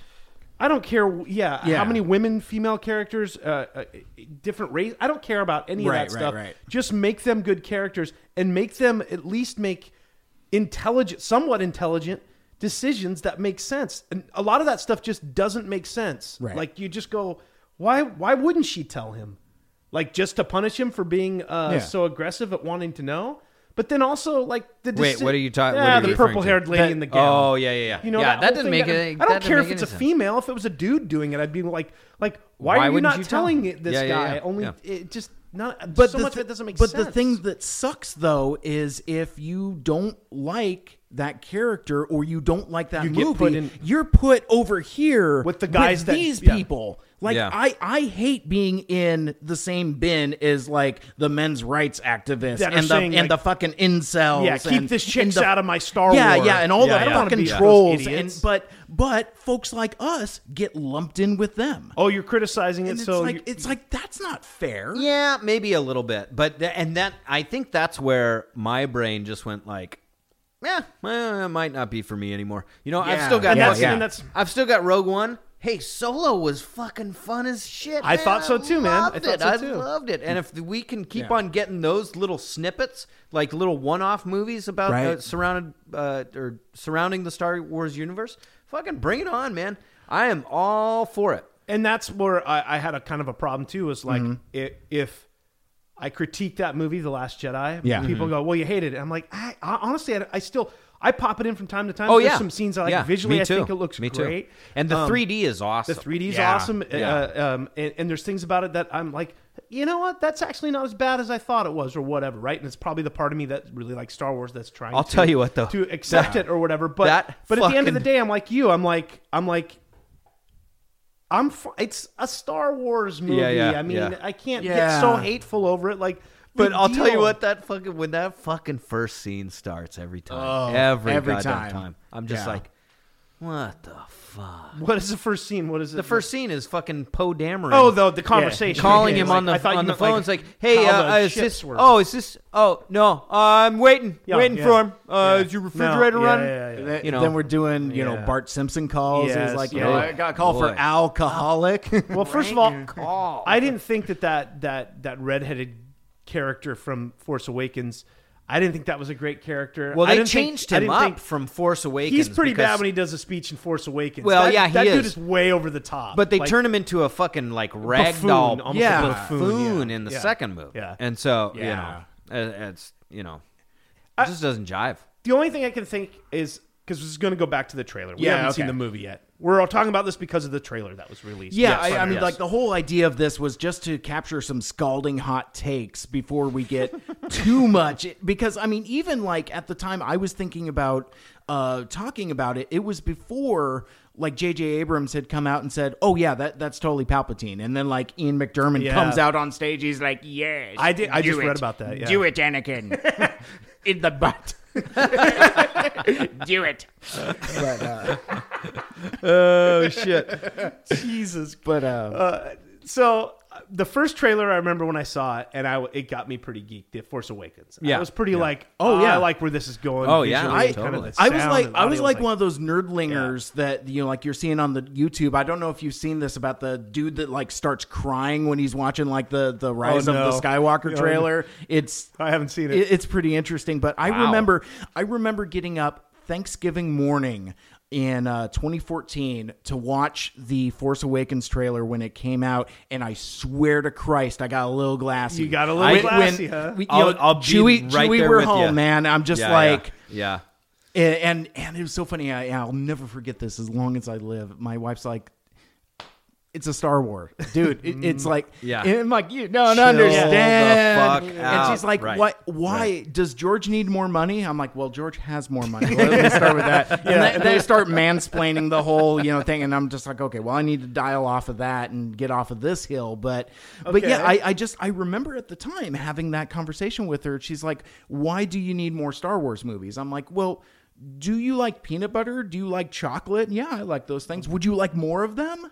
I don't care. Yeah, Yeah. how many women, female characters, uh, uh, different race. I don't care about any Right, of that right, stuff. right. Just make them good characters and make them at least make intelligent, somewhat intelligent decisions that make sense. And a lot of that stuff just doesn't make sense. Right. Like you just go, why? Why wouldn't she tell him? Like just to punish him for being uh, Yeah. so aggressive at wanting to know. But then also like the Wait, deci- what are you talking- what Yeah, are you the referring to? purple haired lady That- in the gown. Oh, yeah, yeah, yeah. You know Yeah, that whole didn't thing make that- any- I that don't didn't care make if it's any a sense. female. If it was a dude doing it, I'd be like, like, why, Why are you wouldn't not you tell telling him? it this Yeah, yeah, guy? yeah. Only Yeah. it just not. But so the much of th- it doesn't make but sense. the thing that sucks though is if you don't like that character or you don't like that You get movie, put in- you're put over here With the guys that- these yeah. people. Like Yeah. I, I hate being in the same bin as like the men's rights activists That are and the saying, and like, the fucking incels. Yeah, keep and- this and chicks the- out of my Star Yeah, Wars. yeah, and all the Yeah, yeah. I don't wanna fucking be those trolls. And idiots. but but folks like us get lumped in with them. oh, you're criticizing it, and it's so like you- it's like that's not fair. Yeah, maybe a little bit, but th- and that I think that's where my brain just went like, yeah, well, it might not be for me anymore. You know, I've Yeah, still got and that's, fucking- yeah. and that's I've still got Rogue One. Hey, Solo was fucking fun as shit. I man. thought so too, man. I loved thought it. so I too. loved it. And if we can keep on getting those little snippets, like little one-off movies about uh, Right. surrounded uh, or surrounding the Star Wars universe, fucking bring it on, man. I am all for it. and that's where I, I had a kind of a problem too. Is like i if I critique that movie, The Last Jedi, Yeah. people go, "Well, you hated it." I'm like, I, I honestly, I, I still. I pop it in from time to time. Oh There's yeah, some scenes I like Yeah, visually. me I too. think it looks me too. great. and the Um, 3D is awesome. The 3D is Yeah. awesome, Uh, um, and, and there's things about it that I'm like, you know what? That's actually not as bad as I thought it was, or whatever, right? And it's probably the part of me that really likes Star Wars that's trying. I'll to, tell you what, though. to accept it or whatever. But that but at the end of the fucking- day, I'm like you. I'm like I'm like. I'm. F- it's a Star Wars movie. yeah, I mean, yeah. I can't get Yeah. so hateful over it. Like, But big I'll tell you deal. what, that fucking when that fucking first scene starts every Oh, time, every, every goddamn time. time. I'm just Yeah. like, what the fuck? What is the first scene? What is it? The first scene is fucking Poe Dameron. Oh, the the conversation. calling Yeah, him like, on the I thought you on the meant, phone. it's like, hey, how uh, the is ships this? were- Oh, is this? Oh no, I'm waiting, Yeah, waiting yeah, for him. Uh, yeah. Is your refrigerator No, yeah, running? yeah, yeah. Th- You know. then we're doing, you Yeah. know, Bart Simpson calls. Yes, He's like, you yeah. know, I got a call Boy. for alcoholic. Well, first of all, I didn't think that that that that redheaded character from Force Awakens. I didn't think that was a great character. Well, I they didn't think- changed I him didn't up think- from Force Awakens. He's pretty because- bad when he does a speech in Force Awakens. Well, That- yeah, he that dude is. is way over the top. But they Like, turn him into a fucking like ragdoll, almost a yeah, buffoon, buffoon yeah. in the Yeah. second movie. Yeah. and so Yeah. you know, it- it's you know, it just doesn't jive. the only thing I can think is because this is going to go back to the trailer. We Yeah, haven't seen okay. the movie yet. We're all talking about this because of the trailer that was released. yeah, Yes. I, I mean, Yes. like the whole idea of this was just to capture some scalding hot takes before we get too much. Because I mean, even like at the time I was thinking about uh, talking about it, it was before like J.J. Abrams had come out and said, "Oh yeah, that that's totally Palpatine," and then like Ian McDermott Yeah. comes out on stage, he's like, "Yes, I did- I do just read it. about that, yeah. Do it, Anakin, in the butt." do it. Oh shit! Jesus But uh, so uh, the first trailer I remember when I saw it, and I w- it got me pretty geeked. The Force Awakens. Yeah. I was pretty like, Oh, oh yeah, yeah. I like where this is going. Oh, yeah. visually I- and kinda the I was sound like and I was audio. like one of those nerdlingers that you know like you're seeing on the YouTube. I don't know if you've seen this about the dude that like starts crying when he's watching like the the Rise Oh, no. of the Skywalker no. trailer. It's I haven't seen it. it- It's pretty interesting, but I remember I remember getting up Thanksgiving morning in uh, 2014 to watch the Force Awakens trailer when it came out, and I swear to Christ, I got a little glassy. You got a little glassy, huh? we- you I'll- know, I'll be Chewie, right Chewie, there we're with home, ya. man. I'm just like. yeah. And, and and it was so funny. I, I'll never forget this as long as I live. My wife's like, "It's a Star Wars, dude. It, it's like, Mm, Yeah. And I'm like, you don't Chill the understand. fuck and out. she's like, Right. "What? Why does George need more money?" I'm like, "Well, George has more money. Well, Let's start with that." And they, they start mansplaining the whole you know thing, and I'm just like, "Okay, well, I need to dial off of that and get off of this hill." But but yeah, I, I just I remember at the time having that conversation with her. She's like, "Why do you need more Star Wars movies?" I'm like, "Well." Do you like peanut butter? Do you like chocolate? Yeah, I like those things. Would you like more of them?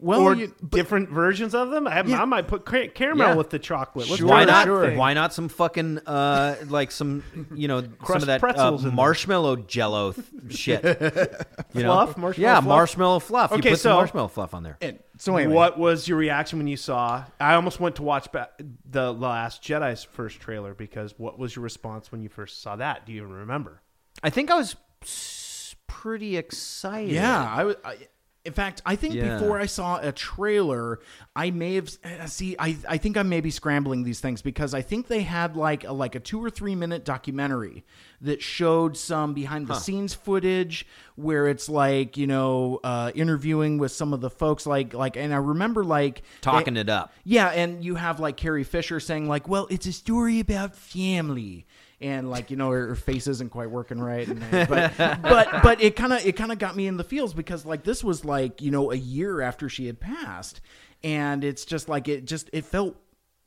well, or you- different versions of them. I, have, I might put car- caramel Yeah. with the chocolate. Let's why try not? that thing. Why not some fucking uh, like some you know some Crushed of that uh, pretzels in there. marshmallow jello th- shit? You know? Fluff? Marshmallow yeah, fluff? marshmallow fluff. Okay, you put so- some marshmallow fluff on there. And- so anyway, What was your reaction when you saw? I almost went to watch ba- the Last Jedi's first trailer because what was your response when you first saw that? Do you even remember? I think I was s- pretty excited. Yeah, I was. I, in fact, I think Yeah. before I saw a trailer, I may have uh, see. I I think I may be scrambling these things because I think they had like a like a two or three minute documentary that showed some behind the scenes footage where it's like you know uh, interviewing with some of the folks like like and I remember like talking it up. yeah, and you have like Carrie Fisher saying like, "Well, it's a story about family." And like you know, her, her face isn't quite working right, and, uh, but but but it kind of it kind of got me in the feels because like this was like you know a year after she had passed, and it's just like it just it felt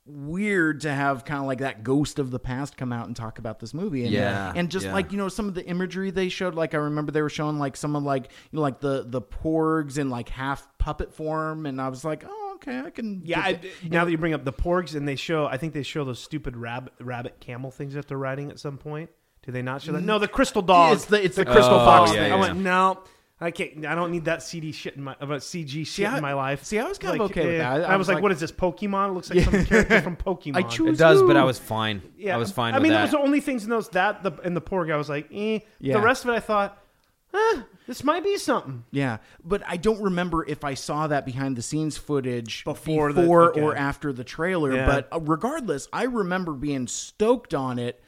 weird to have kind of like that ghost of the past come out and talk about this movie, and Yeah, and just yeah. like you know some of the imagery they showed, like I remember they were showing like some of like you know, like the the porgs in like half puppet form, and I was like, oh okay, I can Yeah, get I, now that you bring up the porgs and they show, I think they show those stupid rabbit, rabbit camel things that they're riding at some point. Do they not show that? No, the crystal Oh, dog. It's the- it's the crystal fox thing. I yeah. went no. I can't. I don't need that CD shit in my about CG shit I- in my life. see, I was kind of Like, okay with eh. that. I- I, I was was like, like- "What is this Pokemon? It looks like some character from Pokemon." I choose It does, you. but I was fine. I was fine. I with mean, that. those are the only things in those that the and the porg. I was like, eh. Yeah. The rest of it, I thought, eh, this might be something. Yeah, but I don't remember if I saw that behind the scenes footage Before the- before okay. or after the trailer. Yeah. But uh, regardless, I remember being stoked on it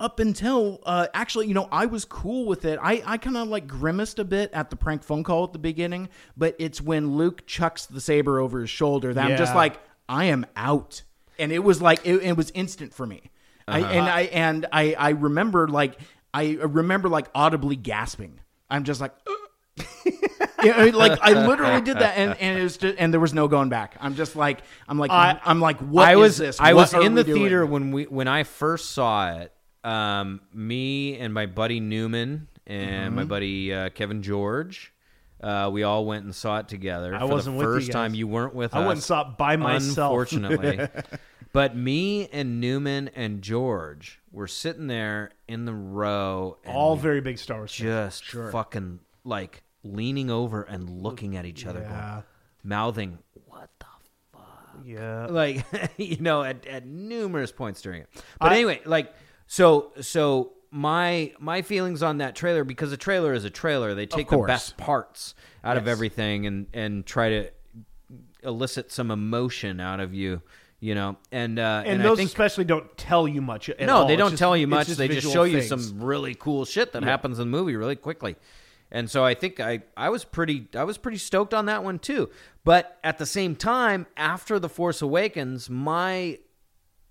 up until uh, actually, you know, I was cool with it. I, I kind of like grimaced a bit at the prank phone call at the beginning, but it's when Luke chucks the saber over his shoulder that I'm just Yeah. like, I am out, and it was like it, it was instant for me. Uh-huh. I, and I and I I remember like I remember like audibly gasping. I'm just like. Yeah, I mean, like I literally did that, and and it was just, and there was no going back. I'm just like I'm like I, am like what I is was this? I What was are in we the doing? theater when we when I first saw it. Um, me and my buddy Newman and my Mm-hmm. buddy uh, Kevin George. Uh, we all went and saw it together. I for wasn't the with you first guys. time. You weren't with I us. went and saw it by myself. unfortunately. but me and Newman and George were sitting there in the row, and All we very big Star Wars. fans. just fucking like leaning over and looking at each other, going, mouthing "What the Yeah. like you know at, at numerous points during it but anyway like so so my my feelings on that trailer because a trailer is a trailer they take the course. best parts out of everything and and try to elicit some emotion out of you you know and uh And, and, those i think especially don't tell you much. At no all. they It's don't just- tell you it's much they just visual show you things. some really cool shit that happens in the movie really quickly and so i think i i was pretty i was pretty stoked on that one too but at the same time after the force awakens my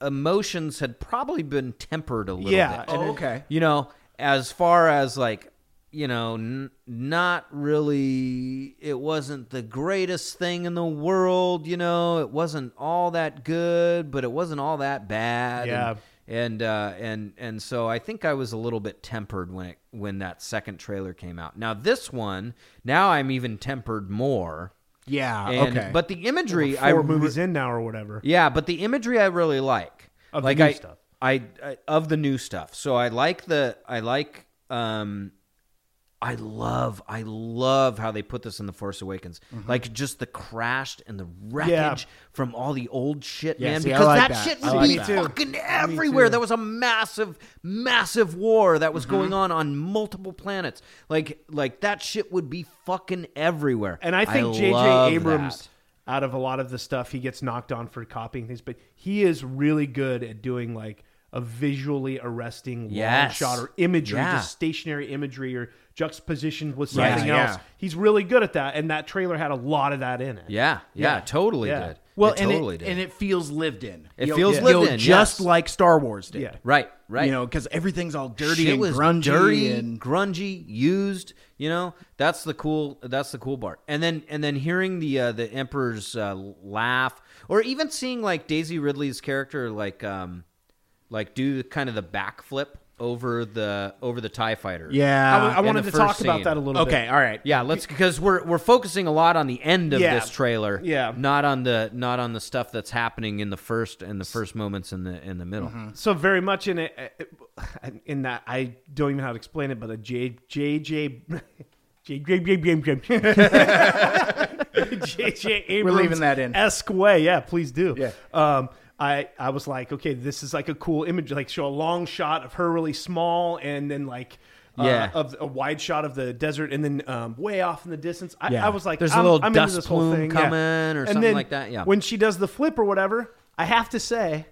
emotions had probably been tempered a little Yeah. bit and it- okay. you know as far as like you know n- not really it wasn't the greatest thing in the world you know it wasn't all that good but it wasn't all that bad Yeah. and and uh, and, and so I think I was a little bit tempered when it, when that second trailer came out. Now this one, now I'm even tempered more. Yeah. And, okay. But the imagery, I Four re- movies in now or whatever. yeah, but the imagery I really like. Of the like new I, stuff. I, I of the new stuff. So I like the I like um I love I love how they put this in the Force Awakens. Mm-hmm. Like just the crashed and the wreckage from all the old shit, man. see, I because like that, that. shit I would like be that. fucking everywhere. There was a massive, massive war that was Mm-hmm. going on on multiple planets. Like like that shit would be fucking everywhere. And I think J.J. love Abrams, that. out of a lot of the stuff, he gets knocked on for copying things, but he is really good at doing like a visually arresting long Yes. shot or imagery, Yeah. just stationary imagery or juxtapositioned with something Yeah, else. yeah. He's really good at that, and that trailer had a lot of that in it. Yeah, yeah, Yeah. totally Yeah. did. well, It and totally it, did. and it feels lived in. It You know, feels you lived know, in, just yes. like Star Wars did. Yeah. right, right. You know, because everything's all dirty Shit and was grungy dirty, and grungy, used. You know, that's the cool. That's the cool part. And then and then hearing the uh, the emperor's uh, laugh, or even seeing like Daisy Ridley's character like um like do kind of the backflip. over the over the Tie Fighter. Yeah. I, I in wanted the to talk first about scene. that a little okay. bit. All right. Yeah, let's because we're we're focusing a lot on the end of Yeah. this trailer. Yeah. not on the not on the stuff that's happening in the first in the first moments in the in the middle. Mm-hmm. So very much in it, in that I don't even know how to explain it, but a J J J. J J J J J J Abrams leaving that in. esque way, yeah. Please do. Yeah. Um, I I was like, okay, this is like a cool image, like show a long shot of her really small, and then like. Uh, Yeah. of a wide shot of the desert, and then um, way off in the distance, I, Yeah. I was like, There's a I'm, little I'm into dust this whole plume thing. coming yeah. or And something then like that, yeah. when she does the flip or whatever, I have to say,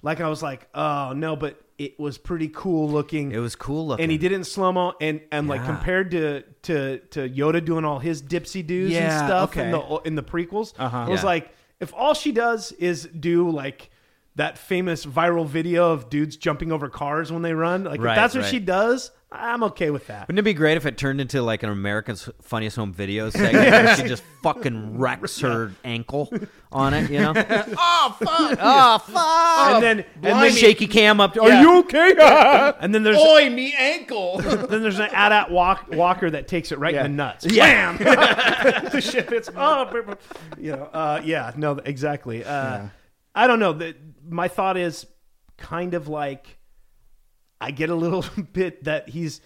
like I was like, oh no, but it was pretty cool looking. It was cool looking. and he did it in slow mo, and and like Yeah. compared to to to Yoda doing all his dipsy doos Yeah, and stuff okay. in the in the prequels, uh-huh. it was Yeah. like if all she does is do like. That famous viral video of dudes jumping over cars when they run. Like, Right, if that's what right. she does, I'm okay with that. Wouldn't it be great if it turned into like an America's Funniest Home Videos segment? where she just fucking wrecks her ankle on it, you know? oh fuck! Oh fuck! And then- and and then- shaky cam up. Are Yeah. you okay? And then there's Boy, me ankle. then there's an AT-AT walk, walker that takes it right in the nuts. Yeah. Bam! the shit fits. Oh, br- br- you know. Uh, yeah. No. Exactly. Uh, I don't know. The, my thought is kind of like I get a little bit that he's.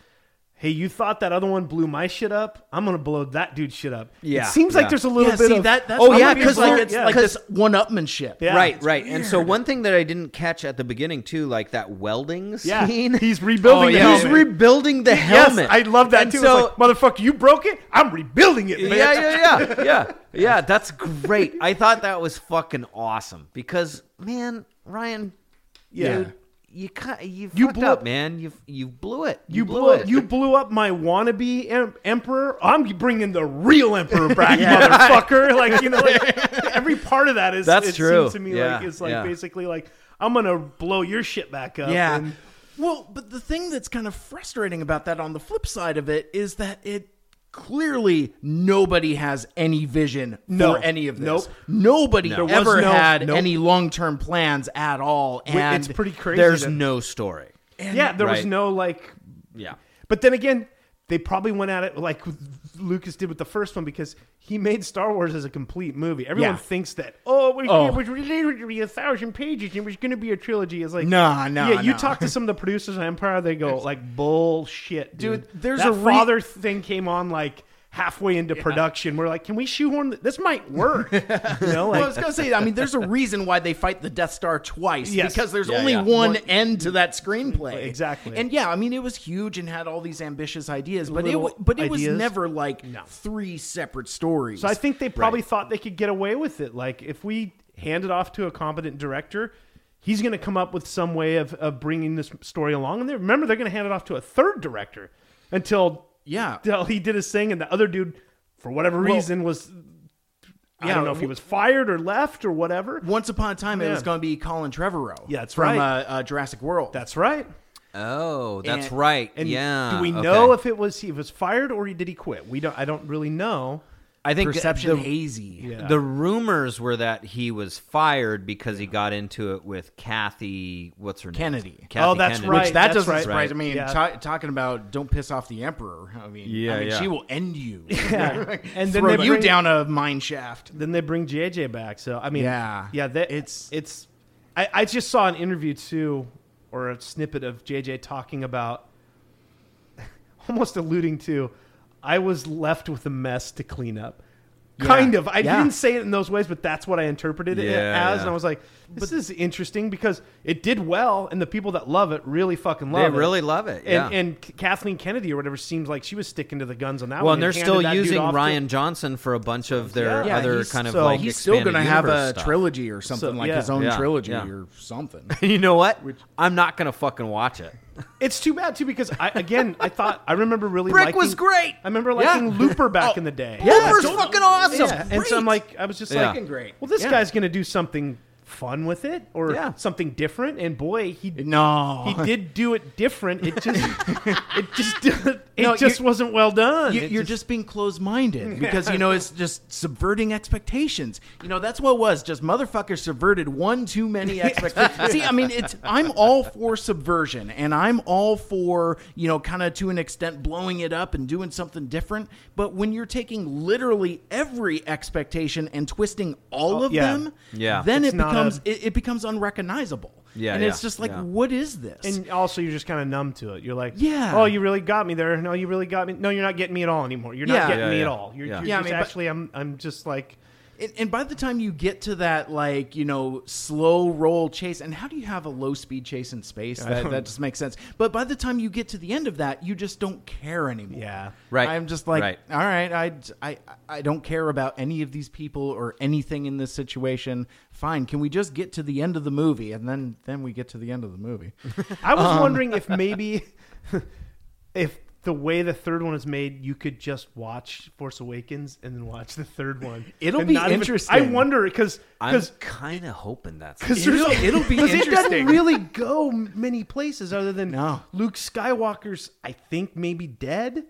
Hey, you thought that other one blew my shit up? I'm gonna blow that dude's shit up. Yeah. It seems Yeah. like there's a little yeah, bit see, of that, that's Oh, I'm yeah, confused, 'cause like they're- it's yeah. like this one upmanship. Yeah. right, it's right. And so one thing that I didn't catch at the beginning too, like that welding Yeah. scene. He's rebuilding Oh, the yeah. He's helmet. rebuilding the Yes, helmet. I love that And too. So, it's like, motherfucker, you broke it. I'm rebuilding it. Man. yeah, yeah, yeah, yeah, yeah. That's great. I thought that was fucking awesome because, man, Ryan, Yeah. dude, you ki- you, You fucked blew up, it. man. You you blew it. You blew, up. You blew up my wannabe em- emperor. I'm bringing the real emperor back, motherfucker. Like you know, like, every part of that is. That's it true. Seems to me, like Yeah, it's like yeah. basically like I'm gonna blow your shit back up. Yeah. and- well, but the thing that's kind of frustrating about that on the flip side of it is that it clearly nobody has any vision No. for any of this. Nope. Nobody was ever no- had nope. any long-term plans at all and it's pretty crazy. There's that- no story. yeah. There was Right. no like. Yeah. But then again, they probably went at it like Lucas did with the first one because he made Star Wars as a complete movie. Everyone Yeah. thinks that oh, we- Oh. it was going to be a thousand pages. It was going to be a trilogy. It's like Nah, nah, Yeah, you nah. talk to some of the producers of Empire, they go like bullshit, dude. Dude, there's That a re- father thing came on like halfway into production. We're like, can we shoehorn th- this? Might work, you know? well, I Like, was gonna say. I mean, there's a reason why they fight the Death Star twice Yes. because there's Yeah, only yeah. one end to that screenplay. Exactly. And yeah, I mean, it was huge and had all these ambitious ideas, but Little it wa- but it was ideas. never like No. three separate stories. So I think they probably thought they could get away with it. Like if we hand it off to a competent director, he's going to come up with some way of, of bringing this story along. And they, remember, they're going to hand it off to a third director until Yeah. until he did his thing, and the other dude, for whatever reason, was I Yeah, don't know if he w- was fired or left or whatever. Once upon a time, it Yeah. was going to be Colin Trevorrow. Yeah, that's from, right. uh, uh, Jurassic World. That's right. Oh, that's And- right. And yeah. do we okay. know if it was he was fired or he did he quit? We don't. I don't really know. I think perception the, hazy. Yeah. the rumors were that he was fired because he got into it with Kathy. What's her name? Kennedy. Kathy Oh, that's Kennedy. right. Which that that's doesn't right. surprise. I Right. mean, Yeah. ta- talking about don't piss off the emperor. I mean, Yeah, I mean, yeah. she will end you. And then Throw they you bring- down a mine shaft. then they bring JJ back. So I mean, Yeah. yeah. That, it's it's. I, I just saw an interview too, or a snippet of JJ talking about, almost alluding to, I was left with a mess to clean up. Kind of. I Yeah. didn't say it in those ways, but that's what I interpreted it Yeah, as, yeah. and I was like, "This is interesting because it did well, and the people that love it really fucking They love it. really love it. Yeah. And, and Kathleen Kennedy or whatever seems like she was sticking to the guns on that well, one. and they're handed still that dude using off to- Ryan Johnson for a bunch of their Yeah, other he's- kind of so like he's still going to have a stuff. trilogy or something So, like yeah. his own Yeah, trilogy yeah. or something. You know what? I'm not going to fucking watch it. It's too bad too because I again I thought I remember really Brick liking- was great. I remember Yeah. liking Looper back Oh, in the day. Looper's fucking awesome. Yeah, and so I'm like I was just Yeah. like Fucking great. Well, this Yeah. guy's gonna do something fun with it or Yeah. something different. And boy, he No, he did do it different. It just it just it No, just you- wasn't well done. You, It you're just, being closed-minded because you know it's just subverting expectations. You know that's what it was just motherfucker subverted one too many expectations. See, I mean, it's I'm all for subversion and I'm all for you know kind of to an extent blowing it up and doing something different. But when you're taking literally every expectation and twisting all of Oh, yeah. them, Yeah. then It's it not becomes a- it, it becomes unrecognizable. Yeah, and it's yeah, just like, yeah. what is this? and also you're just kind of numb to it. You're like, Yeah. oh, you really got me there. No, you really got me. No, you're not getting me at all anymore. You're Yeah. not getting Yeah, me yeah. at all. You're, Yeah. you're Yeah, I just mean, but- actually, I'm I'm just like, And, and by the time you get to that, like you know, slow roll chase, and how do you have a low speed chase in space? That, that just makes sense. But by the time you get to the end of that, you just don't care anymore. Yeah. Right. I'm just like, Right. all right, I, I I don't care about any of these people or anything in this situation. Fine, can we just get to the end of the movie, and then then we get to the end of the movie? I was Um, wondering if maybe if the way the third one is made, you could just watch Force Awakens and then watch the third one. It'll And be not even- interesting. I wonder because I'm because kind of hoping that's because it'll, it'll be It doesn't interesting. really go many places other than No. Luke Skywalker's. I think maybe dead.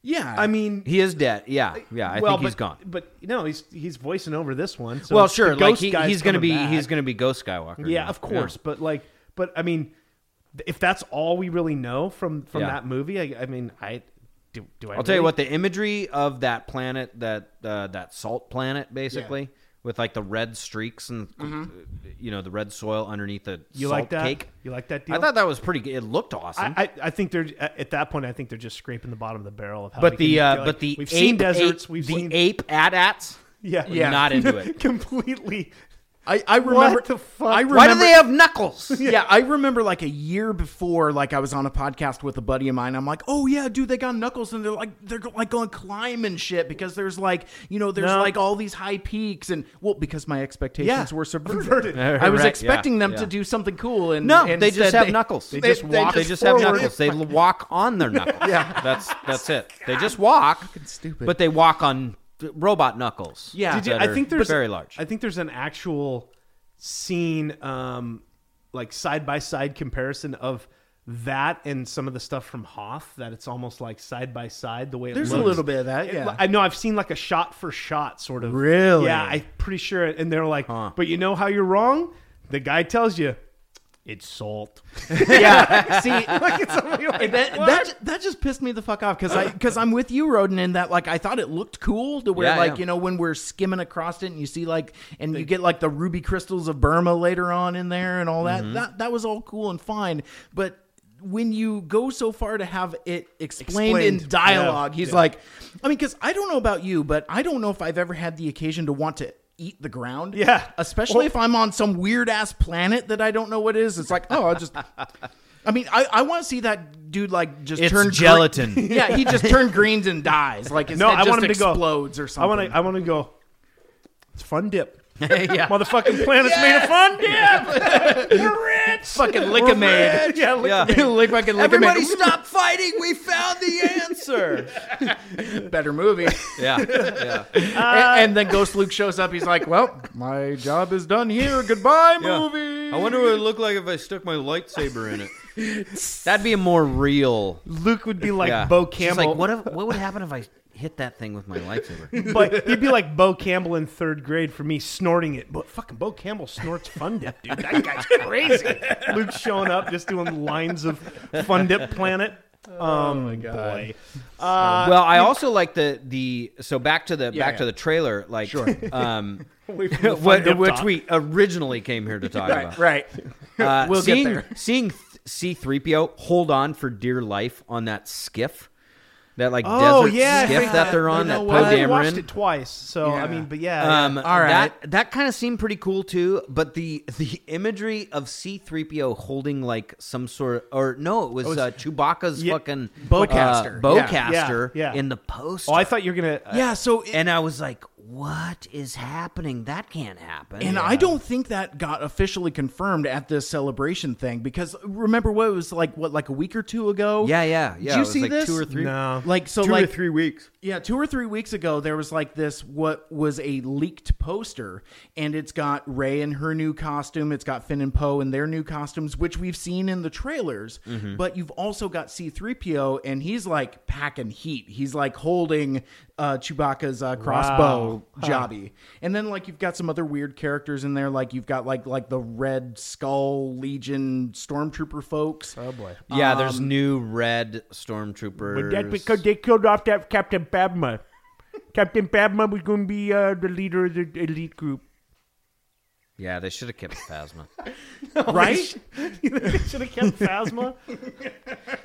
yeah, I mean, he is dead. Yeah, yeah. I well, think he's but, gone. But no, he's he's voicing over this one. So well, the sure. Like ghost he, guy's he's gonna coming be back. he's gonna be Ghost Skywalker. yeah, now. of course. But like, but I mean, th- if that's all we really know from from Yeah. that movie, I, I mean, I do. do I I'll tell you really- what. The imagery of that planet, that uh, that salt planet, basically, with like the red streaks and uh, you know the red soil underneath the Mm-hmm. You salt like that? cake. You like that I deal? thought that was pretty. good. It looked awesome. I, I, I think they're uh, at that point. I think they're just scraping the bottom of the barrel of how. but we the can- uh, like, but the ape, we've seen deserts. ape- we've the seen ape at-ats. yeah Yeah. not into it. completely. I, I remember the fuck? I remember, Why do they have knuckles? yeah, I remember like a year before, like I was on a podcast with a buddy of mine. I'm like, oh yeah, dude, they got knuckles, and they're like, they're like going climb and shit because there's like, you know, there's No. like all these high peaks, and well, because my expectations Yeah, were subverted. subverted. I was Right, expecting yeah, them yeah. to do something cool, and No, and they just instead have knuckles. They just walk They just have forward. knuckles. They l- walk on their knuckles. yeah, that's that's it. They just walk. stupid. But they walk on th- robot knuckles. Yeah. Did you, that I are think there's very large. I think there's an actual scene, um, like side by side comparison of that and some of the stuff from Hoth. That it's almost like side by side the way it There's a looks. little bit of that, It- yeah. I know. I've seen like a shot for shot sort of. Really? Yeah, I'm pretty sure. And they're like, but you know how you're wrong. The guy tells you. It's salt. yeah, see. like it's somebody like, That, what? that that just pissed me the fuck off because I because I'm with you, Roden, in that like I thought it looked cool to where Yeah, like yeah. you know when we're skimming across it and you see like and you get like the ruby crystals of Burma later on in there and all Mm-hmm. that that that was all cool and fine, but when you go so far to have it explained, in Explained. dialogue, Yeah. he's Yeah. like, I mean, because I don't know about you, but I don't know if I've ever had the occasion to want to. Eat the ground, Yeah. Especially if I'm on some weird ass planet that I don't know what is. It's like, oh, I'll just I mean, I, I want to see that dude like just It's turn gre- gelatin. yeah, he just turned greens and dies. Like no, instead I just want him to go. explodes or something. I want to. I want to go. It's fun dip. yeah. Motherfucking planet's made of fun dip. fucking lick a maid. yeah, look Yeah. at me. Lick fucking lick Everybody stop fighting. We found the answer. Better movie. yeah. Yeah. and, and then Ghost Luke shows up. He's like, "Well, my job is done here. Goodbye, Yeah. movie." I wonder what it would look like if I stuck my lightsaber in it. That'd be a more real. Luke would be like yeah. Bo It's just Campbell. Like, what, if, what would happen if I hit that thing with my lightsaber? but he'd be like Bo Campbell in third grade for me snorting it. But fucking Bo Campbell snorts fun dip, dude. That guy's crazy. Luke showing up just doing lines of fun dip planet. oh my god. Boy. Uh, well, I also like the the so back to the back yeah. to the trailer. Like, um, from the fun what, dip which talk. we originally came here to talk about. Right. Uh, We'll get seeing, there. Seeing C three PO hold on for dear life on that skiff, that like Oh desert yeah, skiff yeah. that they're on, You that know Poe what? I watched Dameron. it twice, so Yeah. I mean, but yeah, Um, All right. That that kind of seemed pretty cool too. But the the imagery of C three PO holding like some sort or no, it was, uh, Chewbacca's Oh, Yeah. fucking Bowcaster. uh, Yeah. bowcaster Yeah, yeah. in the poster. oh, I thought you were gonna. Yeah. So and I was like, what is happening? That can't happen. And I don't think that got officially confirmed at this celebration thing because remember what it was like what like a week or two ago. Yeah, yeah, yeah. Did you it was see like this? Two or three. No. Like so, Two or like three weeks. Yeah, two or three weeks ago, there was like this what was a leaked poster, and it's got Ray in her new costume. It's got Finn and Poe in their new costumes, which we've seen in the trailers. But you've also got C3PO, and he's like packing heat. He's like holding uh, Chewbacca's uh, crossbow jobby. And then like you've got some other weird characters in there. Like you've got like like the Red Skull Legion stormtrooper folks. Oh boy. Yeah, there's new red stormtroopers. But that's because they killed off that Captain Babma. Captain Babma was going to be uh, the leader of the elite group. yeah, they should have kept Phasma. Right? they should have kept Phasma.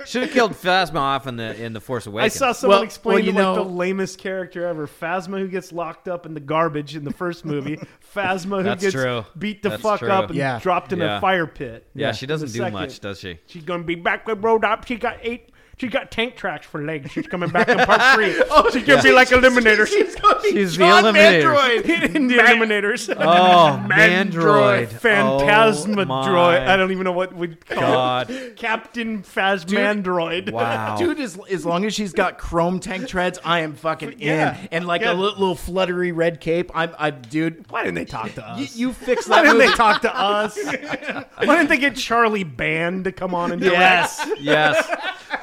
should have killed Phasma off in the in the Force I Awakens. saw someone Well- explain well, you like know- the lamest character ever. Phasma who gets locked up in the garbage in the first movie. Phasma who That's gets true. beat the That's fuck true. up and Yeah. dropped in Yeah. a fire pit. yeah, she doesn't The do second- much, does she? She's gonna be back with road up. She got eight. She got tank tracks for legs. She's coming back in part three. oh, she's gonna be like Eliminator. She's gonna be She's the John Eliminator. Mandroid. in the Eliminators. Oh, Mandroid, Mandroid, Phantasmadroid. Oh, I don't even know what we'd call God. it. Captain Phasmandroid. Wow. Dude, as, as long as she's got chrome tank treads, I am fucking Yeah. in. And like Yeah. a little, little fluttery red cape, I'm, I, dude. Why didn't they talk to us? You, you fix that Why didn't movie. they talk to us? Why didn't they get Charlie Band to come on and direct? Yes, yes,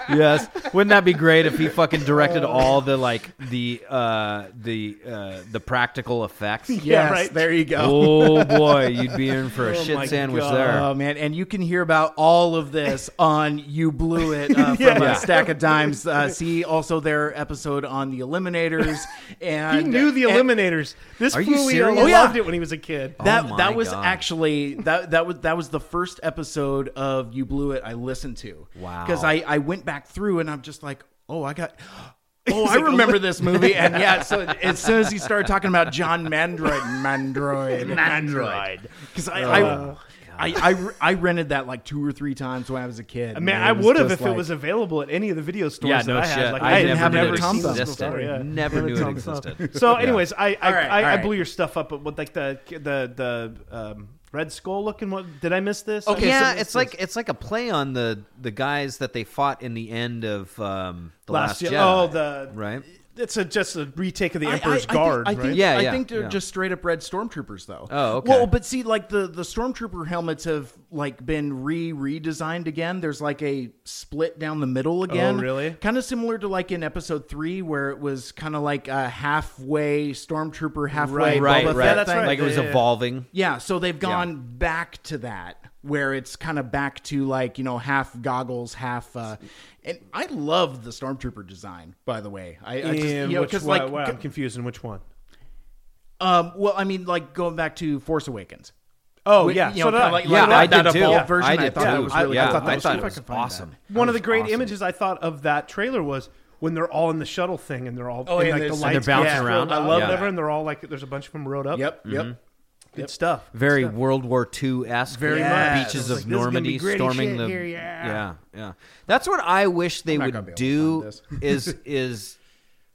yes. Wouldn't that be great if he fucking Oh. directed all the like the uh the uh the practical effects? Yes, right. there you go. Oh boy, you'd be in for a Oh my shit sandwich God. there. Oh man, and you can hear about all of this on "You Blew It" uh, from Yeah. a stack of dimes. Uh, see also their episode on the Eliminators. And He knew the and- Eliminators. This Are you fool, he serious? Oh, yeah. loved it when he was a kid. That my that was God. actually that that was that was the first episode of You Blew It I listened to. Wow. Because I I went back through and I'm just like, oh, I got. Oh, I remember this movie, and yeah. So as soon as he started talking about John Mandroid, Mandroid, Mandroid, because I, Oh, I, I, I, re- I rented that like two or three times when I was a kid. Man, It I was would have just if it like- was available at any of the video stores Yeah, that no I shit. had. Like, I, I, never have knew never it seen this existed. before. Yeah. Never knew it existed. So, anyways, I I, right, I, all I right. blew your stuff up, but with like the the the um, Red Skull looking. What did I miss this? I missed yeah, this. it's like it's like a play on the the guys that they fought in the end of um, the last last, year. Jedi. Oh, the right. It's a, just a retake of the I- I- Emperor's I think- Guard, I think, right? Yeah, I yeah, think they're yeah. just straight up red stormtroopers, though. Oh, okay. Well, but see, like the the stormtrooper helmets have like been re redesigned again. There's like a split down the middle again. Oh, really? Kind of similar to like in Episode Three, where it was kind of like a halfway stormtrooper, halfway Right, right, Boba right. Fett Yeah, that's thing. right. Like it was Yeah, yeah. evolving. Yeah, so they've gone back to that where it's kind of back to like, you know, half goggles, half uh and I love the stormtrooper design, by the way. I, I just you In know, which cuz one- like wow, I'm confused in which one. um well, I mean like going back to Force Awakens. Oh We- yeah, you so know, did I. kinda like- Yeah, that- I did that too. evolved Yeah, version, I did I thought that too. was really Yeah, I thought that I was thought cool. it was If I can find awesome. that. one of the great images I thought of that trailer was when they're all in the shuttle thing and they're all Oh, and and, like, they're- the and lights they're bouncing get around. filled up, I love whatever, that. and they're all like there's a bunch of them rode up. Yep, yep. good stuff. Very World War II esque. Very much. beaches It's of like, this is gonna be Normandy gritty storming shit the. here, yeah. yeah, yeah. That's what I wish they gonna would be able do. to is is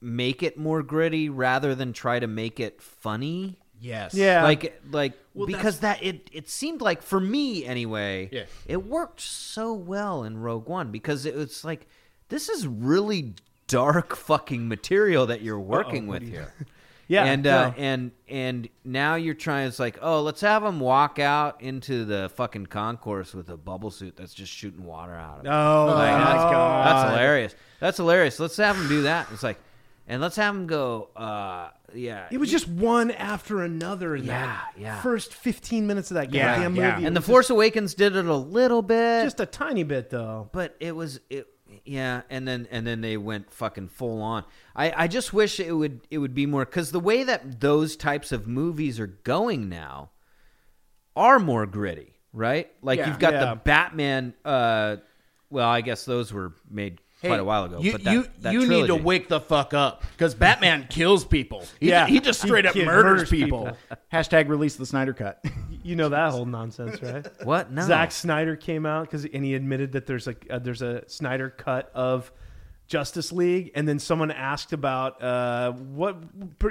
make it more gritty rather than try to make it funny. Yes. Yeah, Like like because that it it seemed like for me anyway. Yeah. It worked so well in Rogue One because it was like this is really dark fucking material that you're working with here. Yeah, and yeah. uh, and and now you're trying. It's like, oh, let's have them walk out into the fucking concourse with a bubble suit that's just shooting water out of it. oh my god, That's hilarious. That's hilarious. Let's have them do that. It's like, and let's have them go. Uh, yeah, It was just one after another in Yeah, that yeah. first 15 minutes of that Yeah, goddamn yeah. movie. And It the was Force Awakens did it a little bit, just, just a tiny bit though. but it was it. Yeah, and then and then they went fucking full on. I, I just wish it would it would be more because the way that those types of movies are going now are more gritty, right? Like Yeah. you've got Yeah. the Batman. Uh, well, I guess those were made quite a while ago. you but that, you, that you need to trilogy- wake the fuck up because Batman kills people. He, Yeah. he just He straight up kid- murders murders people. people. Hashtag release the Snyder cut. You know that whole nonsense, right? What? No. Zack Snyder came out because and he admitted that there's a uh, there's a Snyder cut of Justice League, and then someone asked about uh, what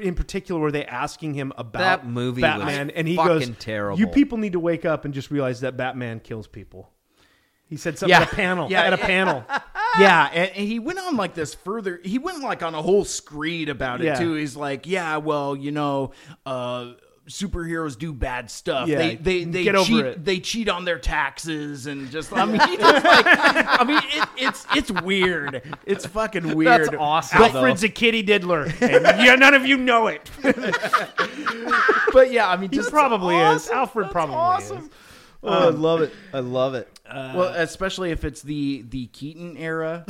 in particular were they asking him about That movie was Batman, and he fucking goes, terrible. "You people need to wake up and just realize that Batman kills people." He said something Yeah. at a panel. Yeah, at a yeah. panel. Yeah, and, and he went on like this further. He went like on a whole screed about it Yeah. too. He's like, yeah, well, you know, uh, superheroes do bad stuff. Yeah, They they they get over cheat, it. They cheat on their taxes and just. I mean, he just like, I mean, it, it's it's weird. It's fucking weird. That's awesome. though. Alfred's a kitty diddler, and you, none of you know it. But yeah, I mean, He just probably is. awesome. Alfred That's probably awesome. is. Oh, I love it. I love it. well, especially if it's the the Keaton era,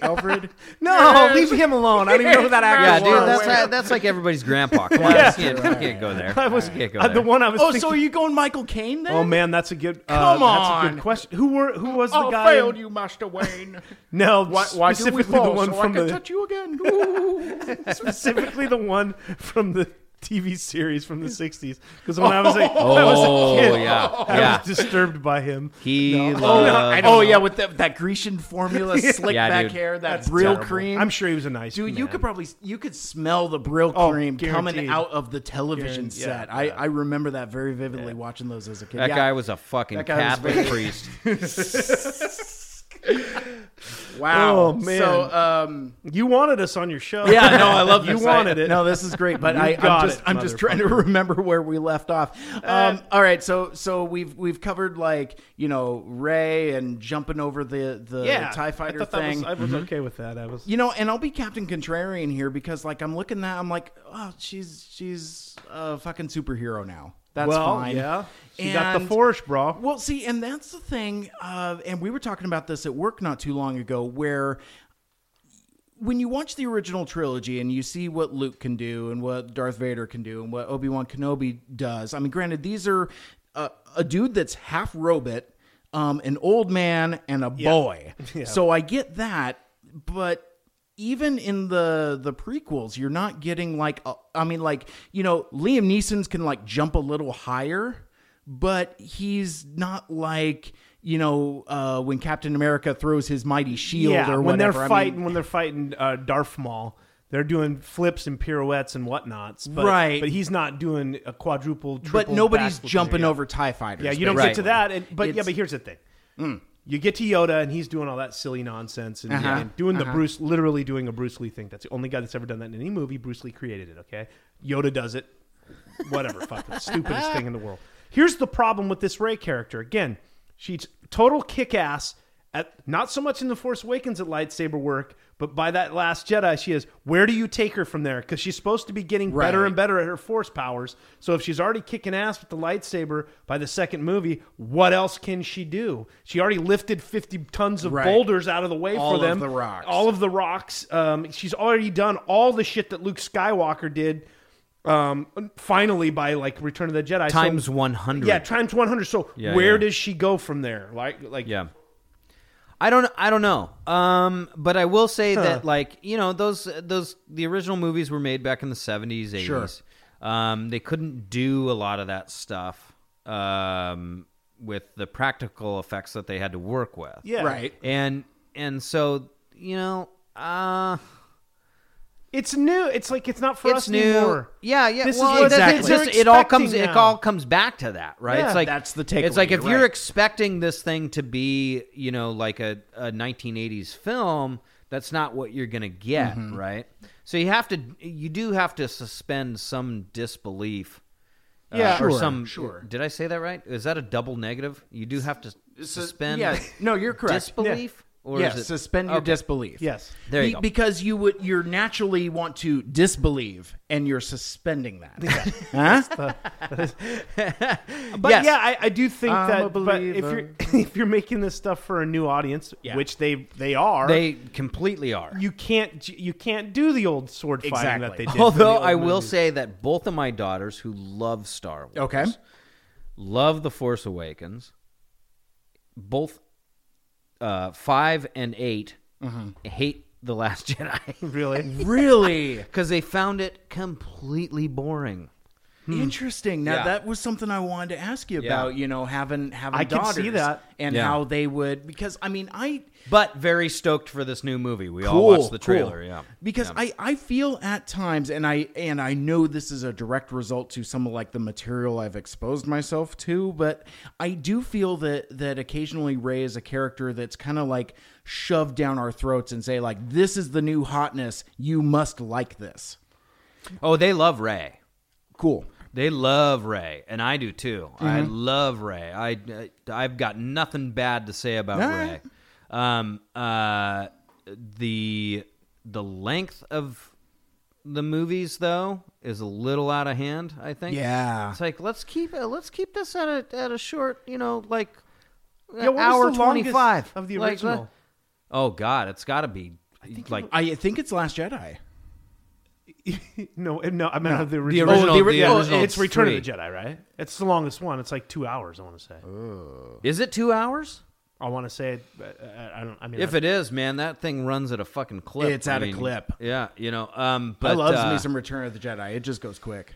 Alfred. No, leave him alone. I don't even know who that actor yeah, is. dude, that's like, that's like everybody's grandpa. Come on, Yeah. you can't, you can't go there. I was You can't go uh, there. the one I was. Oh, thinking, so are you going Michael Caine then? Oh man, that's a good. Uh, Come that's a on. good question. Who were? Who was the Oh, guy? failed you, Master Wayne. No, Why, why did we specifically fall the one so I from could the touch you again? Ooh. specifically the one from the TV series from the '60s. Because when I was a, Oh. when I was a kid, yeah, I yeah. was disturbed by him. he loves. oh, oh yeah, with that, that Grecian formula, slick Yeah, back dude. hair, that That's Brill terrible. cream. I'm sure he was a nice Dude, man. you could probably you could smell the Brill Oh, cream coming guaranteed. out of the television Guaranteed, yeah, set. I, I remember that very vividly watching those as a kid. That Yeah. guy was a fucking That guy was Catholic very- priest. Wow. Oh, man. So um You wanted us on your show. Yeah, no, I love You this. wanted I- it. No, this is great, but You I, got I'm just it, I'm just trying to remember where we left off. Um, all right, so so we've we've covered like you know Ray and jumping over the the Tie Fighter I thought that thing. Mm-hmm. Was, I was okay with that. I was. you know, and I'll be Captain Contrarian here because like I'm looking at I'm like oh she's she's a fucking superhero now. That's well, fine. yeah. She got the And- force, bro. well, see, and that's the thing. Uh, and we were talking about this at work not too long ago, where when you watch the original trilogy and you see what Luke can do and what Darth Vader can do and what Obi Wan Kenobi does, I mean, granted, these are uh, a dude that's half robot, um, an old man, and a boy. So I get that, but. Even in the the prequels, you're not getting like a, I mean, like you know, Liam Neeson's can like jump a little higher, but he's not like you know uh, when Captain America throws his mighty shield yeah, or when whatever. I they're mean- fighting, when they're fighting uh, Darth Maul, they're doing flips and pirouettes and whatnots. But, Right. But he's not doing a quadruple. Triple but nobody's backflip. jumping Yeah. over Tie Fighters. Yeah, you don't Right. get to that. And, but yeah, It's- Hmm. but here's the thing. You get to Yoda, and he's doing all that silly nonsense and, Uh-huh. and doing the Bruce, literally doing a Bruce Lee thing. That's the only guy that's ever done that in any movie. Bruce Lee created it. Okay, Yoda does it. Whatever, fuck, it's the stupidest thing in the world. Here's the problem with this Ray character. Again, she's total kick ass. At not so much in the Force Awakens at lightsaber work, but by that Last Jedi, she is. Where do you take her from there? Because she's supposed to be getting better Right. and better better at her force powers. So if she's already kicking ass with the lightsaber by the second movie, what else can she do? She already lifted 50 tons of Right. boulders out of the way All for of them. the rocks. All of the rocks. Um, she's already done all the shit that Luke Skywalker did. Um, finally, by like Return of the Jedi, So- Times 100. Yeah, times 100. So Yeah, where yeah. does she go from there? Like, like Yeah. I don't I don't know. Um but I will say that like, you know, those those the original movies were made back in the 70s, 80s. Sure. Um they couldn't do a lot of that stuff um with the practical effects that they had to work with. yeah, Right. And and so, you know, uh It's new. It's like it's not for us it's new. anymore. Yeah, yeah. This well, is what it- exactly. it's just- it all comes. Now. It all comes back to that, right? Yeah, it's like that's the It's like takeaway, if you're you're right. expecting this thing to be, you know, like a, a 1980s film, that's not what you're gonna get, Mm-hmm. right? So you have to, you do have to suspend some disbelief. uh, Yeah. or Sure, some. sure. Did I say that right? Is that a double negative? You do have to suspend yeah, no, you're correct. disbelief, or yes, is it suspend your okay. disbelief. Yes. There you Be- go. Because you would, you're naturally want to disbelieve, and you're suspending that. But Yes. yeah, I, I do think I'm a that. But if you're believer. if you're making this stuff for a new audience, which they they are, They completely are. you can't you can't do the old sword fighting Exactly. that they did. for the Although old I will movies. say that both of my daughters who love Star Wars, Okay. love The Force Awakens, both uh, five and 8 Mm-hmm. hate The Last Jedi really, really? because they found it completely boring. Hmm. Interesting. Now Yeah. that was something I wanted to ask you Yeah. about. You know, having having I can daughters see that. and Yeah. how they would because I mean I But very stoked for this new movie. We all cool, watched the trailer. cool. Yeah, Because Yeah. I, I feel at times and I and I know this is a direct result to some of like the material I've exposed myself to, but I do feel that that occasionally Ray is a character that's kind of like shoved down our throats and say like this is the new hotness, you must like this. oh, they love Ray. Cool. They love Ray, and I do too. I Mm-hmm. love Ray. I, I I've got nothing bad to say about Ray. right. Um, uh, the the length of the movies though is a little out of hand. I think. Yeah. It's like let's keep uh, let's keep this at a at a short. You know, like Yeah, what was hour the twenty longest five of the original? oh God, it's got to be like I think it's Last Jedi. No, no, I'm out of the the original. original. the The, ori- Yeah, original it's Return of the three. Jedi, right? It's the longest one. It's like two hours. I want to say. Is it two hours? I want to say. it, but uh, I, I don't. I mean, If I, it is, man, that thing runs at a fucking clip. It's I at a mean, clip. Yeah, you know. Um, but I love uh, me some Return of the Jedi. It just goes quick.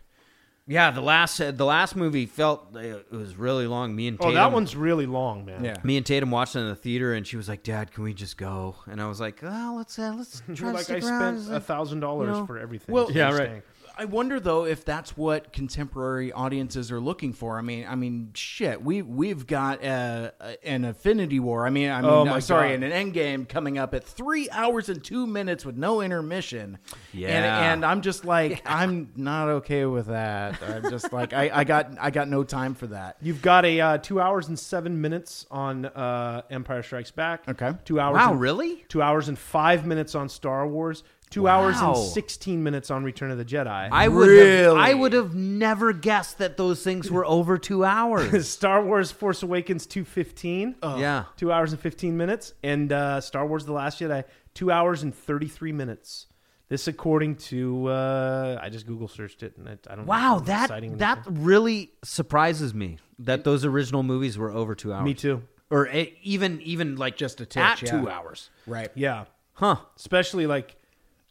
yeah, the last uh, the last movie felt uh, it was really long. Me and oh, Tatum, that one's really long, man. Yeah. Me and Tatum watched it in the theater, and she was like, "Dad, can we just go?" And I was like, "Oh, let's uh, let's try to like I stick around." spent a thousand know. dollars for everything. Well- so Yeah, I'm right. staying. I wonder though if that's what contemporary audiences are looking for. I mean, I mean, shit, we we've got uh, an Affinity War. I mean, I mean, Oh, I'm my sorry, God. and an Endgame coming up at three hours and two minutes with no intermission. and, Yeah. and I'm just like, I'm not okay with that. I'm just like, I, I got I got no time for that. You've got a uh, two hours and seven minutes on uh, Empire Strikes Back. Okay. Two hours. wow, and- really? Two hours and five minutes on Star Wars. Two hours Wow. and sixteen minutes on Return of the Jedi. I would have, Really? I would have never guessed that those things were over two hours. Star Wars Force Awakens two fifteen. yeah. Two hours and fifteen minutes, and uh, Star Wars: The Last Jedi two hours and thirty three minutes. This, according to, uh, I just Google searched it, and it, I don't. Wow, know that that really surprises me that those original movies were over two hours. Me too. Or e- even even like Just a at touch, yeah. two hours. Right. Yeah, Huh. especially like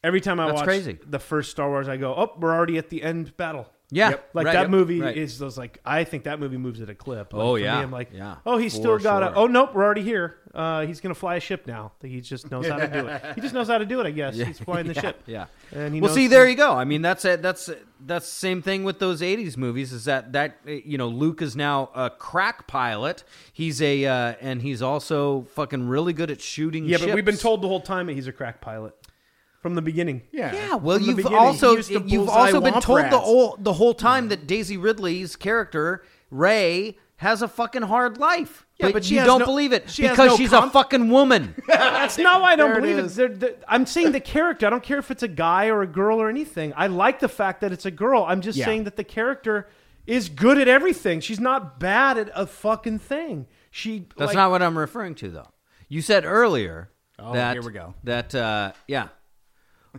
every time I That's watch crazy. the first Star Wars, I go, "Oh, we're already at the end battle." Yeah, like right, that yep, movie right. is those like I think that movie moves at a clip. Like, Oh, for yeah, me, I'm like, yeah, oh, he's for still got sure. a. Oh nope, we're already here. Uh, he's gonna fly a ship now. He just knows how to do it. He just knows how to do it. I guess he's flying the ship. Yeah. and he well, knows see, there you go. I mean, that's it. That's that's the same thing with those '80s movies. Is that that uh, you know Luke is now a crack pilot. He's a uh, and he's also fucking really good at shooting. Yeah, but we've been ships. told the whole time that he's a crack pilot from the beginning. Yeah. Yeah, well, From the you've beginning, also he used to you've bullseye also been womp told the rats. whole the whole time that Daisy Ridley's character Ray has a fucking hard life. Yeah, but, but she you has don't no- believe it she has because no she's a conf- fucking woman. That's not why I don't There it believe it. is. They're- they're- I'm saying the character. I don't care if it's a guy or a girl or anything. I like the fact that it's a girl. I'm just Yeah. saying that the character is good at everything. She's not bad at a fucking thing. She That's like, not what I'm referring to, though. You said earlier Oh, that here we go. That uh, yeah.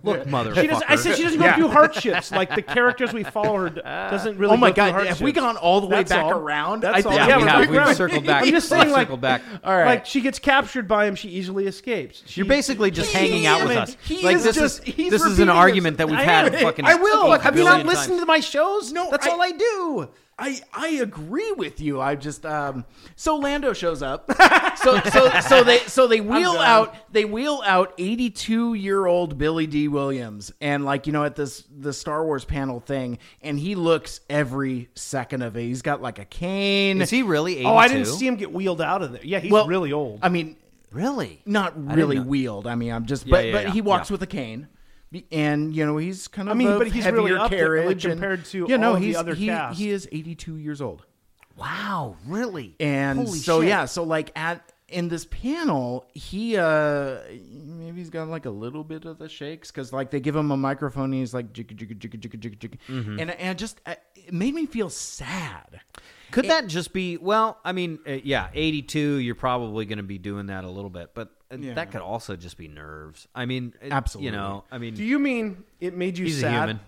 Look, motherfucker. She doesn't, I said she doesn't go through hardships. Like the characters we follow her d- doesn't really. Oh my go through god, have we hardships. gone all the way That's back all. around? That's all. yeah, Yeah, we we're have. pretty We've ground. circled back. I'm just saying, We've like- circled back. All right. Like she gets captured by him, she easily escapes. She, You're basically just hanging out I with mean, us. he like is this just- is he's this is an repeating argument that we've had. am. Fucking I will. Look, Have you not billion listened times. to my shows? No, that's I- all I do. I I agree with you. I just um so Lando shows up. So so so they so they wheel done. out they wheel out 82 year old Billy D Williams and like you know at this the Star Wars panel thing and he looks every second of it. He's got like a cane. Is he really 82? Oh, I didn't see him get wheeled out of there. Yeah, he's Well, really old. I mean, Really? not didn't really know. wheeled. I mean, I'm just Yeah, but yeah, but yeah, he walks yeah. with a cane. Be- And you know he's kind of I mean, a but he's heavier really up there, like, carriage and- compared to you know all of the he's other he, cast. he is 82 years old. Wow, really? And Holy so shit. yeah, so like at in this panel, he uh maybe he's got like a little bit of the shakes because like they give him a microphone and he's like jigga jigga jigga jigga jigga jigga, Mm-hmm. and and it just uh, it made me feel sad. Could that just be? Well, I mean, uh, yeah, eighty-two. You're probably going to be doing that a little bit, but uh, that could also just be nerves. I mean, it- Absolutely. You know, I mean, Do you mean it made you He's a sad human.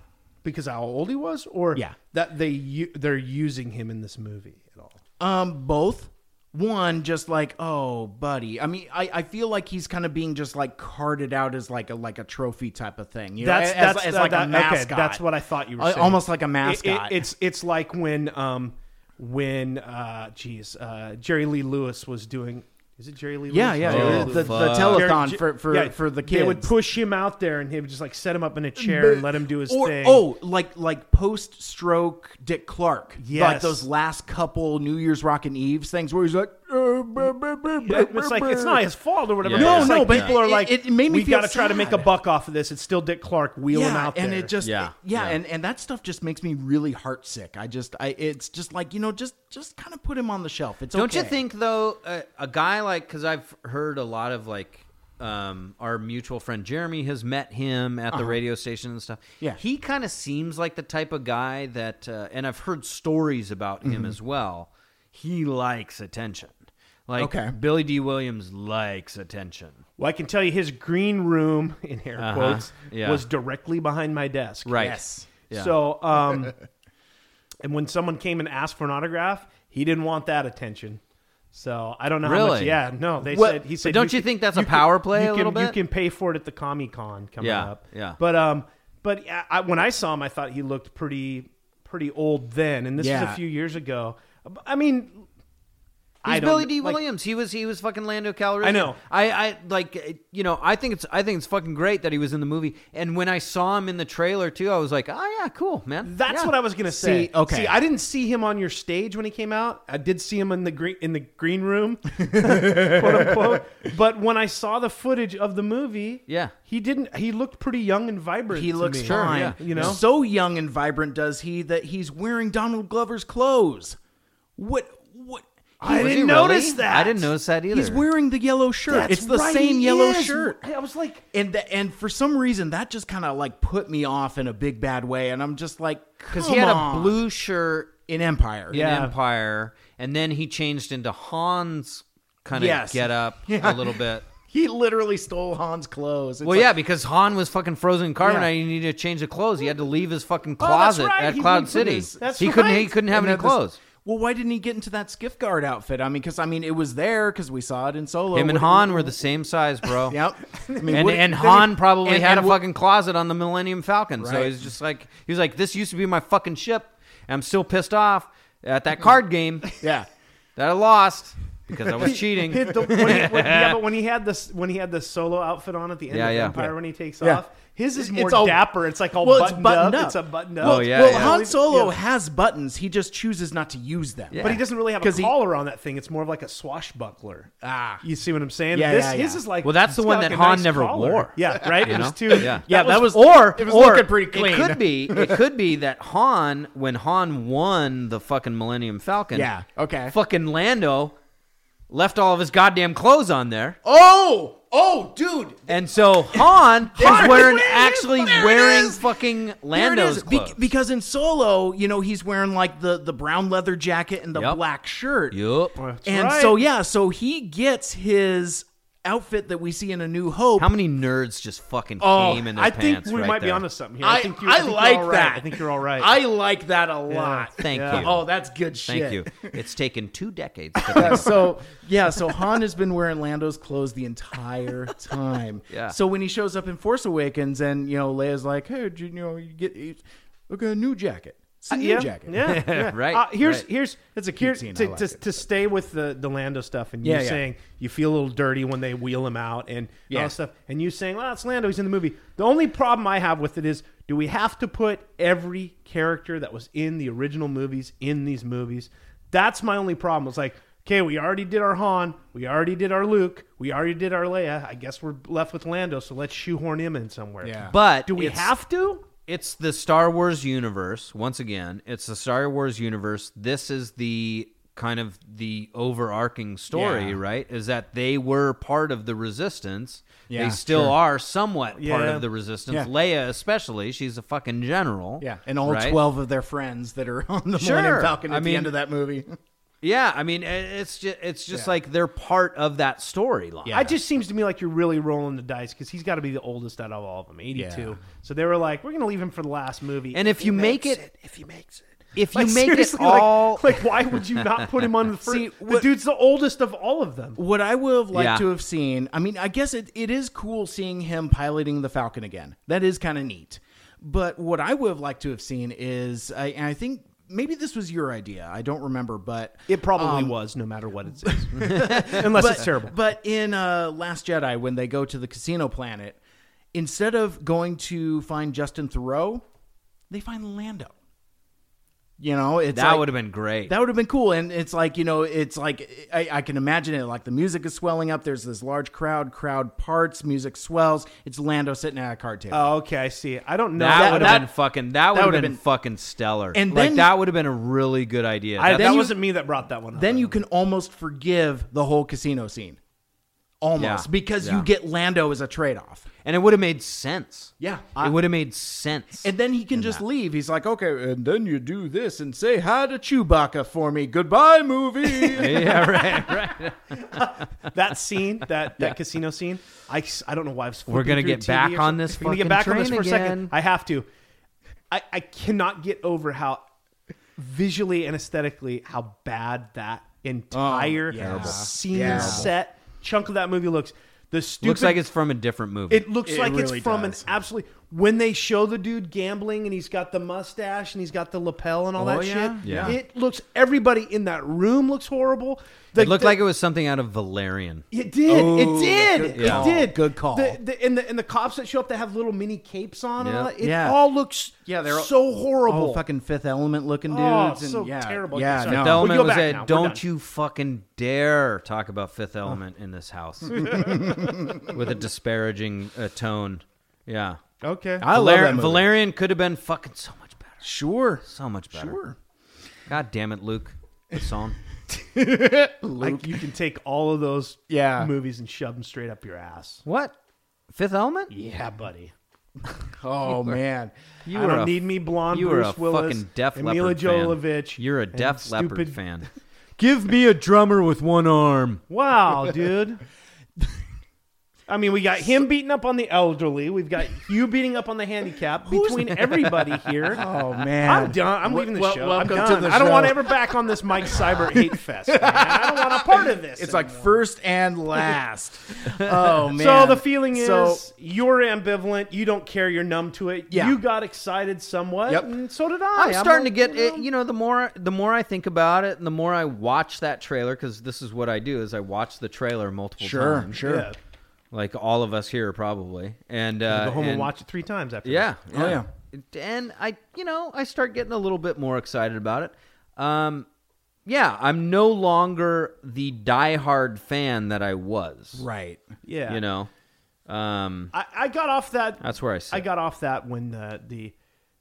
because how old he was, or Yeah. that they u- they're using him in this movie at all? Um, both. one just like oh buddy i mean i, I feel like he's kind of being just like carted out as like a like a trophy type of thing you know That's as, that's as that- like that- a okay, mascot that's what I thought you were Uh, saying. almost like a It- it- mascot. it's it's like when um when uh geez uh Jerry Lee Lewis was doing is it Jerry Lee? yeah Lewis? yeah Jerry the- Lee the, Lewis. Oh, the fuck. Jerry- telethon Jer- for for yeah, for the kids They would push him out there, and he would just like set him up in a chair and let him do his or, thing. Oh, like like post stroke Dick Clark. Like Yes. those last couple New Year's Rockin' Eves things where he's like, "Uh, bah, bah, bah, bah, it's bah, like bah." it's not his fault or whatever. Yeah. but No, it's no, like but people are it- like, it- it made me we feel gotta try to make a sad. buck off of this. It's still Dick Clark wheeling yeah, out there, and it just Yeah, yeah, yeah, yeah. and and that stuff just makes me really heartsick. I just I it's just like you know just just kind of put him on the shelf. It's Don't you okay. think though, a, a guy like because I've heard a lot of like um, our mutual friend Jeremy has met him at the radio station and stuff. Uh-huh. Yeah. he kind of seems like the type of guy that, uh, and I've heard stories about him Mm-hmm. as well. He likes attention. Like Okay. Billy D. Williams likes attention. Well, I can tell you his green room, in air quotes, Uh-huh. Yeah. was directly behind my desk. Right. Yes. Yeah. So, um, and when someone came and asked for an autograph, he didn't want that attention. So I don't know how much. Really? Yeah, no, they Well, said he but said. don't you can- think that's a power play a you can, little You bit? can pay for it at the Comic Con coming Yeah, up. yeah. But um, but I, I, when I saw him, I thought he looked pretty pretty old then, and this was Yeah. a few years ago. I mean, He's I don't, Billy D. like, Williams. He was he was fucking Lando Calrissian. I know. I I like you know. I think it's I think it's fucking great that he was in the movie. And when I saw him in the trailer too, I was like, oh yeah, cool man. That's Yeah. what I was gonna say. See, okay. See, I didn't see him on your stage when he came out. I did see him in the green in the green room, quote unquote. But when I saw the footage of the movie, Yeah. he didn't. He looked pretty young and vibrant. He to looks me. fine. yeah. You know? so young and vibrant does he that he's wearing Donald Glover's clothes. What what? I Was Oh, he didn't really? notice that. I didn't notice that either. He's wearing the yellow shirt. That's it's the right, same he yellow is. shirt. I was like, and th- and for some reason that just kind of like put me off in a big bad way and i'm just like because because he had a blue shirt in empire in Yeah. Empire, and then he changed into Han's kind of Yes. get up a little bit. he literally stole han's clothes It's Well, like, yeah, because Han was fucking frozen in carbonite. Yeah. and He needed to change the clothes. He had to leave his fucking Oh, that's closet right. at He Cloud leaves City. his- that's he couldn't. He right. couldn't have and any then this- clothes. well why didn't he get into that skiff guard outfit i mean because i mean it was there because we saw it in solo Him and What- Han were the same size, bro. yep I mean, and what- then and Han he- probably and- had and a what- fucking closet on the Millennium Falcon. So Right. he's just like he was like, "This used to be my fucking ship. And I'm still pissed off at that card game yeah that I lost because I was cheating." Hit the- when he- when- yeah, but when he had this, when he had the solo outfit on at the end Yeah, of yeah. Empire, Yeah. when he takes Yeah. off, his is It's more all- dapper. It's like all well, it's buttoned, buttoned up. It's a buttoned up. well, Oh, yeah, well yeah. Han Solo Yeah. has buttons. He just chooses not to use them. Yeah. But he doesn't really have a 'Cause he- collar on that thing. It's more of like a swashbuckler. Ah. you see what I'm saying? Yeah, this, yeah, His yeah. is like Well, that's it's the got one like that a Han nice never collar. wore. Yeah, right. it know? was too. Yeah. Yeah, that was- or it was or looking pretty clean. It could be. It could be that Han, when Han won the fucking Millennium Falcon, Yeah, okay. fucking Lando left all of his goddamn clothes on there, Oh, oh, dude. and so Han is There it wearing is. actually There it wearing is. fucking There it Lando's is. Be- clothes. because in Solo, you know, he's wearing like the the brown leather jacket and the Yep. black shirt. Yup. And right. so yeah, so he gets his outfit that we see in A New Hope. How many nerds just fucking Oh, came in their I think pants? we right might be there? onto something here. I, I, I, think you. I, think you're like all right. that. I think you're all right. I like that a lot. Thank Yeah. you. Oh, that's good shit. Thank you. It's taken two decades. To yeah, so yeah, so Han has been wearing Lando's clothes the entire time. Yeah. So when he shows up in Force Awakens, and you know Leia's like, "Hey, did you, you know, you get you- look at a new jacket. It's a new Uh, yeah, jacket. Yeah, yeah. Right, Uh, here's right. here's it's a here, scene, I to, like to, it. to stay with the the Lando stuff and Yeah, you yeah. saying you feel a little dirty when they wheel him out and all Yeah. that stuff and you saying well it's Lando he's in the movie. The only problem I have with it is do we have to put every character that was in the original movies in these movies? That's my only problem. It's like okay we already did our Han, we already did our Luke, we already did our Leia. I guess we're left with Lando, so let's shoehorn him in somewhere. Yeah. But do we it's- have to? it's the Star Wars universe. Once again, it's the Star Wars universe. This is the kind of the overarching story, Yeah. right? Is that they were part of the resistance. Yeah, they still sure. are somewhat part Yeah. of the resistance. Yeah. Leia especially, she's a fucking general. Yeah, and all right? twelve of their friends that are on the Sure. Millennium Falcon at I the mean- end of that movie. Yeah, I mean it- it's just it's just Yeah. like they're part of that storyline. It just seems to me like you're really rolling the dice because he's got to be the oldest out of all of them, 82. Yeah. So they were like, we're going to leave him for the last movie. And if you make it, If he makes it. if you Like, make it seriously, like- all like, why would you not put him on the first? See, the what- dude's the oldest of all of them. What I would have liked Yeah. to have seen, I mean, I guess it, it is cool seeing him piloting the Falcon again. That is kind of neat. But what I would have liked to have seen is, I, and I think maybe this was your idea. I don't remember, but It probably was, no matter what it is, unless it's terrible. But in uh, Last Jedi, when they go to the casino planet, instead of going to find Justin Thoreau, they find Lando. You know, it's that like- would have been great. that would have been cool. And it's like, you know, it's like, I, I can imagine it. Like the music is swelling up. There's this large crowd. Crowd parts. Music swells. It's Lando sitting at a card table. Oh, okay, I see. I don't know. that, That would would've have been- been fucking. That would have would been, have fucking stellar. And like then- that would have been a really good idea. I, That- that you- wasn't me that brought that one. up. then you can almost forgive the whole casino scene. Almost. Yeah. Because Yeah. you get Lando as a trade off. and it would have made sense. Yeah. it would have made sense. And then he can just leave. He's like, okay, and then you do this and say hi to Chewbacca for me. Goodbye, movie. yeah, right, right. that scene, that, that casino scene, I, s- I don't know why I was. We're flipping gonna through get TV back or on something. this We're gonna get fucking back on this train for a second. again. I have to. I, I cannot get over how visually and aesthetically how bad that entire Oh, scene set chunk of that movie looks. The stupid Looks like it's from a different movie. It looks like really it's from does. an absolutely. When they show the dude gambling and he's got the mustache and he's got the lapel and all Oh, that yeah? shit, Yeah. it looks. Everybody in that room looks horrible. The, it looked the- like it was something out of Valerian. It did. Ooh, it did. good call. It did. Good call. The, the, and the and the cops that show up that have little mini capes on. and all Yeah. that, It Yeah. all looks. Yeah, they're all- so horrible. Oh, fucking Fifth Element looking dudes. Oh, and so yeah, terrible. Yeah, Sorry. no. Fifth Element go was back a now. We're don't done." you fucking dare talk about Fifth Element in this house with a disparaging uh, tone. Yeah, Okay. I love that Valer- movie. Valerian could have been fucking so much better. Sure. So much better. Sure. God damn it, Luke. It's on. Like you can take all of those Yeah. movies and shove them straight up your ass. What? Fifth Element? Yeah, buddy. Oh man. You I are don't a- need me blonde. You Bruce are a Willis, fucking Def Mila Leopard Jovovich. fan. You're a and Def Leopard stupid- fan. Give me a drummer with one arm. Wow, dude. I mean, we got him beating up on the elderly. We've got you beating up on the handicap between everybody here. Oh man. I'm done. I'm leaving the Wel- show. welcome I'm to done. the I don't show. want to ever back on this Mike Cyber hate fest. Man. I don't want a part of this. It's like first and last. oh man. so the feeling is So- you're ambivalent. You don't care. You're numb to it. Yeah. You got excited somewhat, Yep. and so did I. I'm starting to get like, you know, it. You know, the more the more I think about it, and the more I watch that trailer, because this is what I do: is I watch the trailer multiple Sure, times. sure. Yeah. Like all of us here, probably. And uh, Go home and, and- watch it three times after. Yeah. Oh, And I, you know, I start getting a little bit more excited about it. Um, yeah, I'm no longer the diehard fan that I was. Right. this. Yeah. You know, um, I, I got off that. That's where I sit. I got off that when the the,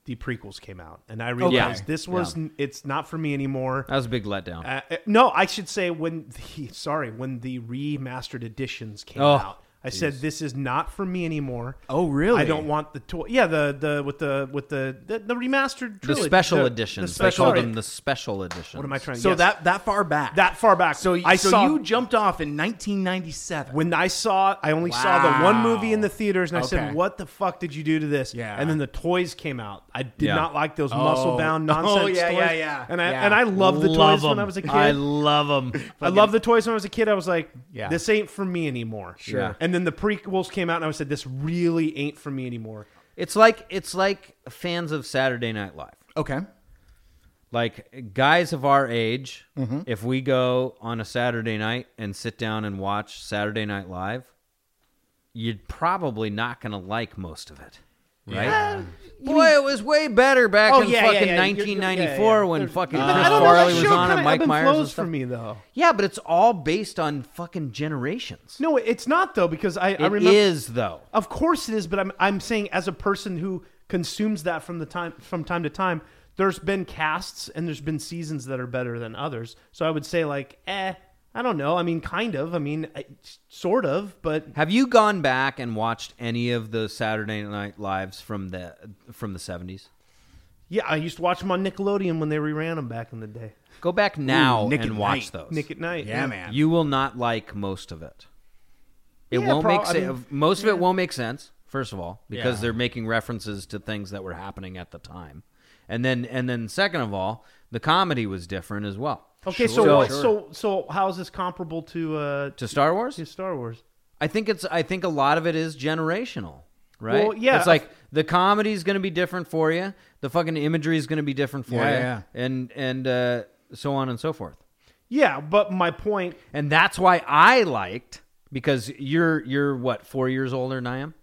the prequels came out, and I realized this was n it's not for me anymore. that was a big letdown. Uh, uh, no, I should say when the sorry when the remastered editions came Oh, out. I said this is not for me anymore. Oh, really? I don't want the toy. Yeah, the the with the with the the, the remastered the trilogy- special the- editions. The special. they sorry, called them the special editions. what am I trying? to So Uh, yes. that that far back. that far back. So I so saw you jumped off in 1997. when I saw, I only saw the one movie in the theaters, and I Okay. said, "What the fuck did you do to this?" Yeah. And then the toys came out. I did Yeah. not like those muscle bound nonsense Oh, yeah, toys. yeah, yeah. And I Yeah. and I loved the Love toys when 'em. I was a kid. I I, love them. loved the toys when I was a kid. I was like, Yeah. "This ain't for me anymore." Sure. Yeah. And then the prequels came out, and I said, "This really ain't for me anymore." It's like it's like fans of Saturday Night Live. okay. Like guys of our age, Mm-hmm. if we go on a Saturday night and sit down and watch Saturday Night Live, you're probably not going to like most of it. Right? Boy, it was way better back Oh, in yeah, yeah, fucking yeah. You're- you're- 1994 yeah, yeah. when fucking But Chris I don't know, Farley that was show on kinda and Mike ebb and Myers and flows stuff. for me though. Yeah, but it's all based on fucking generations. No, it's not though because I, it I remember is, though. Of course it is, but I'm I'm saying as a person who consumes that from the time from time to time, there's been casts and there's been seasons that are better than others. So I would say like, eh, I don't know. I mean, kind of. I mean, I, sort of, but Have you gone back and watched any of the Saturday Night Lives from the from the 70s? yeah, I used to watch them on Nickelodeon when they reran them back in the day. Go back now Ooh, Nick and at Night. watch those. Nick at Night. Yeah, man. you will not like most of it. It Yeah, won't prob- make I sense. mean, most of it won't make sense. First of all, because Yeah. they're making references to things that were happening at the time, And then and then second of all, the comedy was different as well. Okay, so what, so so how is this comparable to uh to Star Wars, to Star Wars? I think it's I think a lot of it is generational, right? Well, yeah. It's like the comedy is going to be different for you. The fucking imagery is going to be different for Yeah, you, yeah. and and uh, so on and so forth. Yeah, but my point And that's why I liked because you're you're what four years older than I am.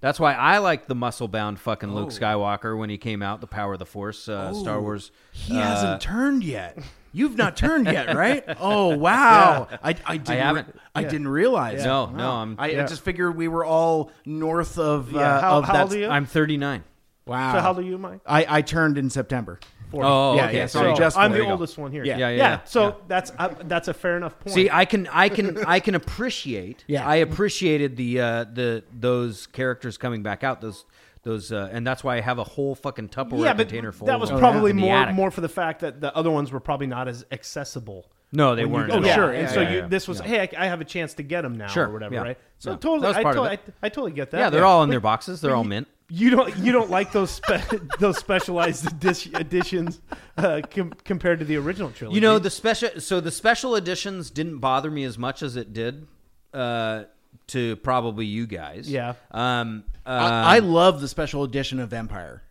That's why I liked the muscle bound fucking Luke Oh. Skywalker when he came out, the Power of the Force, uh, Star Wars. uh, He Uh, hasn't turned yet. You've not turned yet, right? Oh wow! I, I didn't. haven't. re- I didn't realize. No, Wow. no, I'm- I, I just figured we were all north of. yeah, uh, how, of how that. old are you? I'm 39. Wow. so how old are you, Mike? I, I turned in September. Oh, Uh, Yeah, okay. yeah, so sorry, I'm So just I'm there the you go. oldest one here. Yeah. Yeah, yeah, yeah. so that's uh, that's a fair enough point. See, I can, I can, I can appreciate. Yeah. I appreciated the uh, the those characters coming back out. Those those, uh, and that's why I have a whole fucking Tupperware yeah, but container full. that of was them probably in the more attic. more for the fact that the other ones were probably not as accessible. No, they weren't. Oh, at all. sure. and so yeah, you, yeah, this was, hey, I, I have a chance to get them now Sure, or whatever, yeah. right? So Yeah. That totally, was I, part of totally I, it. I totally get that. yeah, they're all in their boxes. They're all mint. You don't you don't like those spe- those specialized edi- editions uh, com- compared to the original trilogy. You know the special. So the special editions didn't bother me as much as it did uh, to probably you guys. Yeah. Um. Uh, I, I love the special edition of Empire.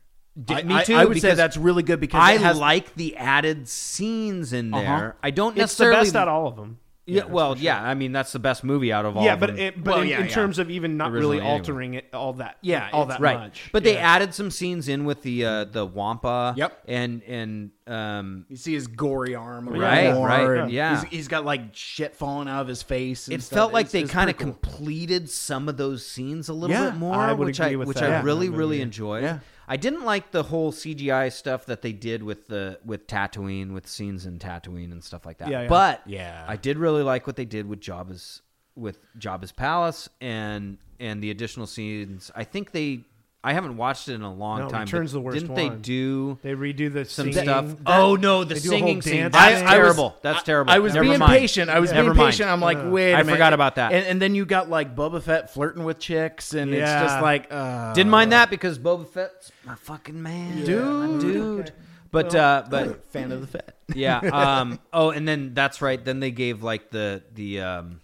I- me I- too, I, would say because that's really good because I it has, like the added scenes in there. I don't Uh-huh. it's the necessarily. best out of all of them. Yeah. well, yeah. I mean, that's the best movie out of all. yeah, of but them. it, but Well, in, yeah, in yeah. terms of even not Originally, really anyway. altering it all that yeah all that right. much. But they added some scenes in with the uh, the Wampa. Yep. And and um, You see his gory arm, around Right, the right, horn. yeah. He's- he's got like shit falling out of his face. and it stuff. felt like It's- they it's kind of pretty cool. completed some of those scenes a little Yeah, bit more, I would which agree I with which that. I Yeah. really That really enjoyed. Yeah. I didn't like the whole CGI stuff that they did with the with Tatooine, with scenes in Tatooine and stuff like that. Yeah, yeah. But Yeah. I did really like what they did with Jabba's with Jabba's palace and and the additional scenes. I think they I haven't watched it in a long No, time. but Return's the worst Didn't they one. do they redo the some singing. stuff? oh no, the They do a whole singing scene. dance That's thing. I- I was- terrible. That's terrible. I was Never being mind. patient. I was Never being mind. patient. I'm like, wait, I a minute. forgot about that. And, and then you got like Boba Fett flirting with chicks, and it's just Yeah. like, uh, Didn't mind that because Boba Fett's my fucking man, dude, dude. But uh, but fan of the Fett. yeah. Um. Oh, and then that's right. Then they gave like the the um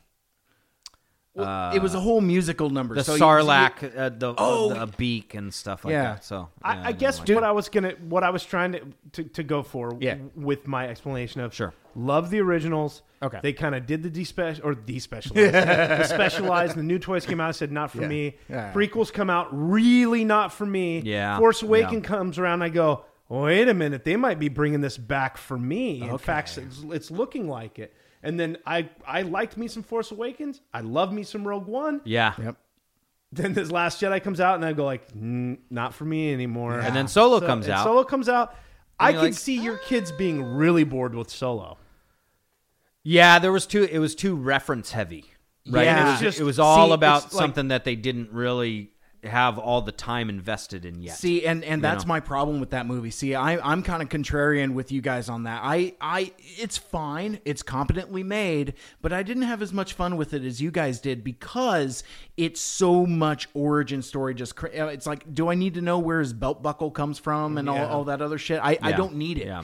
Well, it was a whole musical number. Uh, the so you- sarlacc, uh, the, Oh, the beak and stuff like yeah. that. So I, yeah, I didn't guess like what I was gonna what I was trying to to, to go for Yeah. w- with my explanation of Sure. love the originals. Okay. they kind of did the despecial or despecialized, the specialized. The new toys came out. I said not for Yeah. me. Yeah. Prequels come out, really not for me. Yeah. Force Yeah. Awaken comes around. I go, wait a minute, they might be bringing this back for me. In fact, it's, it's looking like it. And then I I liked me some Force Awakens. I love me some Rogue One. yeah. Yep. Then this Last Jedi comes out, and I go like, "Mm, not for me anymore. And then Solo So- comes and out. Solo comes out. I you're could like, see your kids being really bored with Solo. Yeah, there was too. It was too reference heavy. Right. Yeah. It was, Just- it was all see, about it's like- something that they didn't really have all the time invested in yet. See, and and that's know? my problem with that movie. See, I I'm kind of contrarian with you guys on that. I I it's fine. It's competently made, but I didn't have as much fun with it as you guys did because it's so much origin story just cra- uh, it's like do I need to know where his belt buckle comes from and all, all that other shit? I I Yeah. don't need it. Yeah.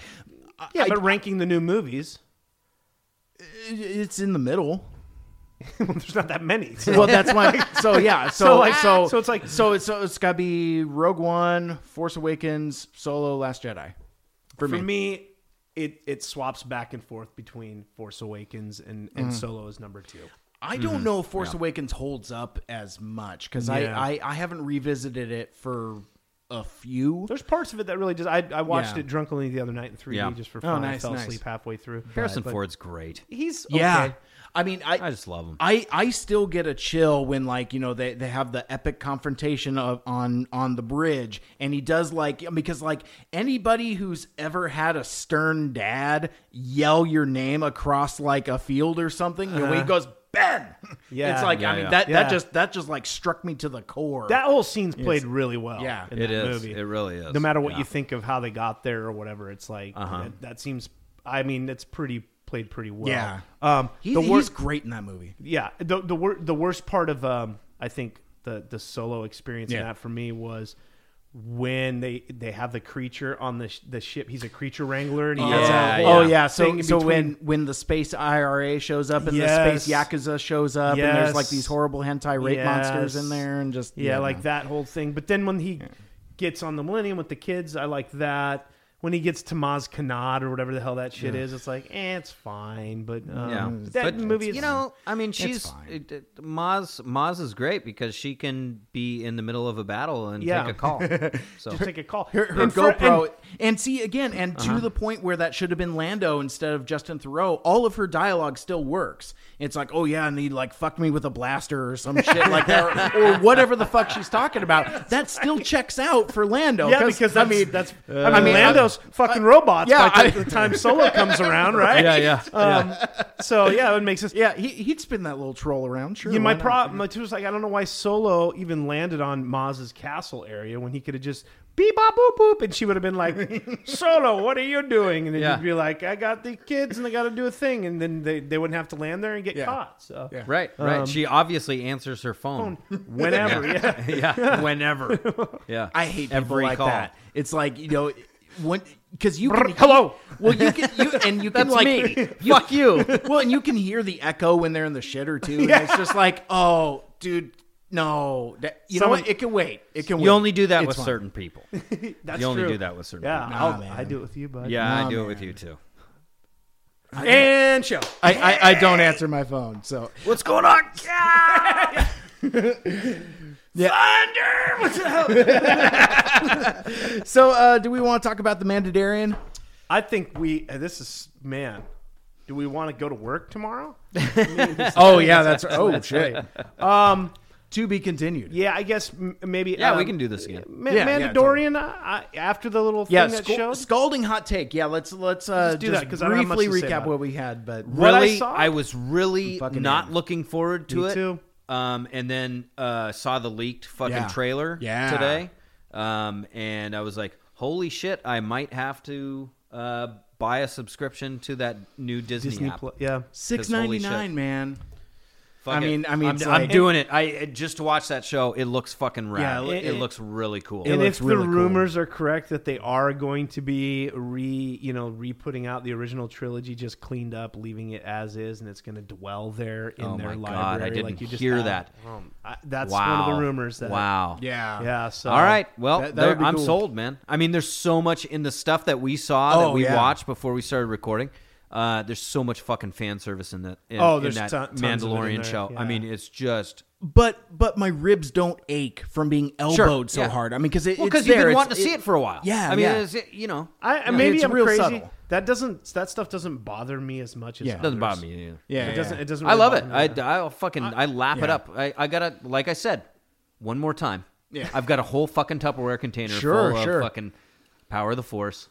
I- Yeah, I- but ranking the new movies, it's in the middle. there's not that many. So Well, that's why. So yeah. So, So, like like, so so it's like- so it's so it's gotta be Rogue One, Force Awakens, Solo, Last Jedi. For, for me. me, it it swaps back and forth between Force Awakens and, and Mm. Solo is number two. I don't know if Force Awakens holds up as much because Mm-hmm. Yeah. I, I I haven't revisited it for a few. There's parts of it that really just I, I watched Yeah. it drunkenly the other night in 3D Yeah. just for Oh, fun. I nice, fell nice. asleep halfway through. Harrison But Ford's great. he's Yeah, okay. I mean I I just love him. I, I still get a chill when like you know they, they have the epic confrontation of on on the bridge and he does like because like anybody who's ever had a stern dad yell your name across like a field or something you know, when he goes Ben Uh-huh. Yeah. it's like Yeah, I mean yeah. that Yeah. that just that just like struck me to the core That whole scene's played really well. Yeah. in It that is. Movie. It really is. No matter what Yeah. Uh-huh. you think of how they got there or whatever, it's like that, that seems. I mean, it's pretty played pretty well. Yeah. Um. he, the wor- he's great in that movie yeah. The the, wor- the worst part of um I think the the solo experience in that for me was when they they have the creature on the sh- the ship. He's a creature wrangler, and he Yeah, has that yeah. whole Oh yeah, so thing in so between. when when the space IRA shows up and the space Yes. yakuza shows up and there's like Yes. these horrible hentai rape monsters Yes. in there and just yeah, like no. that whole thing. But then when he gets on the Millennium with the kids, I like that. When he gets to Maz Kanad or whatever the hell that shit is, it's like, eh, it's fine. But um, Yeah, that but movie, is, you know, I mean, she's fine. it, it- Maz. Maz is great because she can be in the middle of a battle and Yeah. take a call. So just take a call. Her, her And for- GoPro, and- and, see again, and Uh-huh. to the point where that should have been Lando instead of Justin Thoreau. All of her dialogue still works. It's like, oh yeah, and he like fucked me with a blaster or some shit like that, or, or whatever the fuck she's talking about. That still checks out for Lando. Yeah, because I mean that's I mean mean, Lando's fucking robots yeah, I- by the time- the time Solo comes around, right? yeah, Um, so yeah, it makes sense. yeah, he, he'd spin that little troll around. Sure, Yeah, why my not? problem, my two was like, I don't know why Solo even landed on Maz's castle area when he could have just beep bop boop boop, and she would have been like, Solo, what are you doing? And then Yeah. he'd be like, I got the kids and I got to do a thing, and then they, they wouldn't have to land there and get caught. So Right, right. she obviously answers her phone. whenever, yeah. yeah, whenever. Yeah, I hate people every like call. that. It's like you know, when because you can, hello. Well, you can you and you can That's like me. Fuck you. well, and you can hear the echo when they're in the shitter too. And it's just like, oh, dude, no. That, you Someone- know what? It can wait. It can wait. You only do that It's with fine. certain people. That's You only true. do that with certain. Yeah, people. I'll, man. I do it with you, bud. yeah, Nah, I do man. it with you too. and show. I, I, I don't answer my phone. So What's going on? so uh, do we want to talk about the Mandadarian? I think we. uh, This is man. Do we want to go to work tomorrow? Oh yeah, that's oh shit. Um, to be continued. Yeah, I guess m- maybe. Yeah, um, we can do this again. Ma- Yeah, yeah, Mandalorian. I, I, after the little thing Yeah, that scal- showed. scalding hot take. Yeah, let's let's uh, do just that, 'cause I don't have much briefly to say recap about what we had. But What I really, saw? I, was really Fucking not am. looking forward to Me it. too. Um, and then uh, saw the leaked fucking Yeah. trailer Yeah. today. Um, and I was like, holy shit, I might have to uh, buy a subscription to that new Disney, Disney app. Plus. Yeah. six 'Cause holy ninety shit. nine, man. Fuck I it. mean- I mean, I'm, it's I'm like- doing it. I I just watched that show. It looks fucking rad. Yeah, it, it- it looks really cool. and looks if really the cool. rumors are correct that they are going to be re you know re putting out the original trilogy just cleaned up leaving it as is and it's going to dwell there in Oh their my God, I library didn't like you just hear have. that. Um, I, that's wow. one of the rumors that wow. yeah so All right. Well, That- that there- would be I'm cool. sold, man. I mean, there's so much in the stuff that we saw that Oh, we yeah. watched before we started recording. Uh, there's so much fucking fan service in that. In, Oh, in there's that ton- tons of it in Mandalorian there, show. I yeah. mean, it's just but but my ribs don't ache from being elbowed so yeah. hard. I mean, because it, well it's because you've there, been it's- wanting to see it for a while. Yeah, I mean, yeah. it's, you know, I, maybe It's I'm real crazy subtle. that doesn't that stuff doesn't bother me as much as Yeah. others. it doesn't bother me. Either. Yeah, it doesn't it doesn't I really love it. bother me. I I'll fucking I, lap it yeah. up. I, I gotta like I said, one more time. Yeah. I've got a whole fucking Tupperware container Sure, full sure. of fucking Power of the Force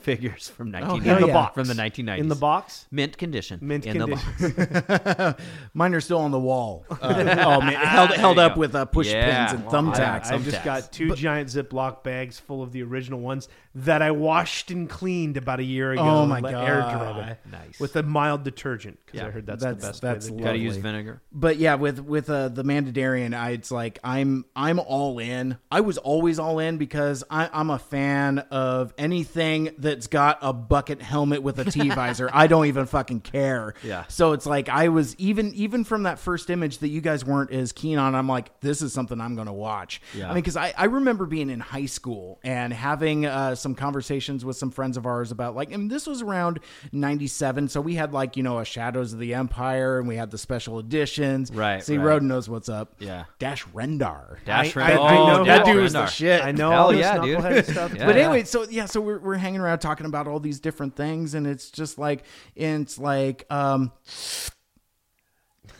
figures from nineteen in the box from the nineteen nineties in the box mint condition mint in condition the box. Mine are still on the wall. Uh, oh man, held held There you up go. with uh, push Yeah. pins and Well, I- thumbtacks. I, just got two giant Ziploc bags full of the original ones that I washed and cleaned about a year ago. Oh, and my let Air God. dry Nice. with a mild detergent because Yeah. I heard that's, That's- the best. that's way to do it. Got to lovely. use vinegar. but yeah, with with uh, the Mandadarian, I, it's like I'm I'm all in. I was always all in because I, I'm a fan of anything that's got a bucket helmet with a T visor. I don't even fucking care. Yeah. So it's like I was even even from that first image that you guys weren't as keen on. I'm like, this is something I'm going to watch. Yeah. I mean, because I I remember being in high school and having uh, some conversations with some friends of ours about like, and this was around '97, so we had like you know a Shadows of the Empire and we had the special editions. Right, See, right. Roden knows what's up. Yeah. Dash Rendar. Dash I- Rendar. I know Oh, that Dash dude was the Rendar. shit. I know Hell all this yeah, dude. knucklehead stuff. Yeah. But anyway, so yeah, so we're, we're hanging around talking about all these different things, and it's just like, and it's like, um,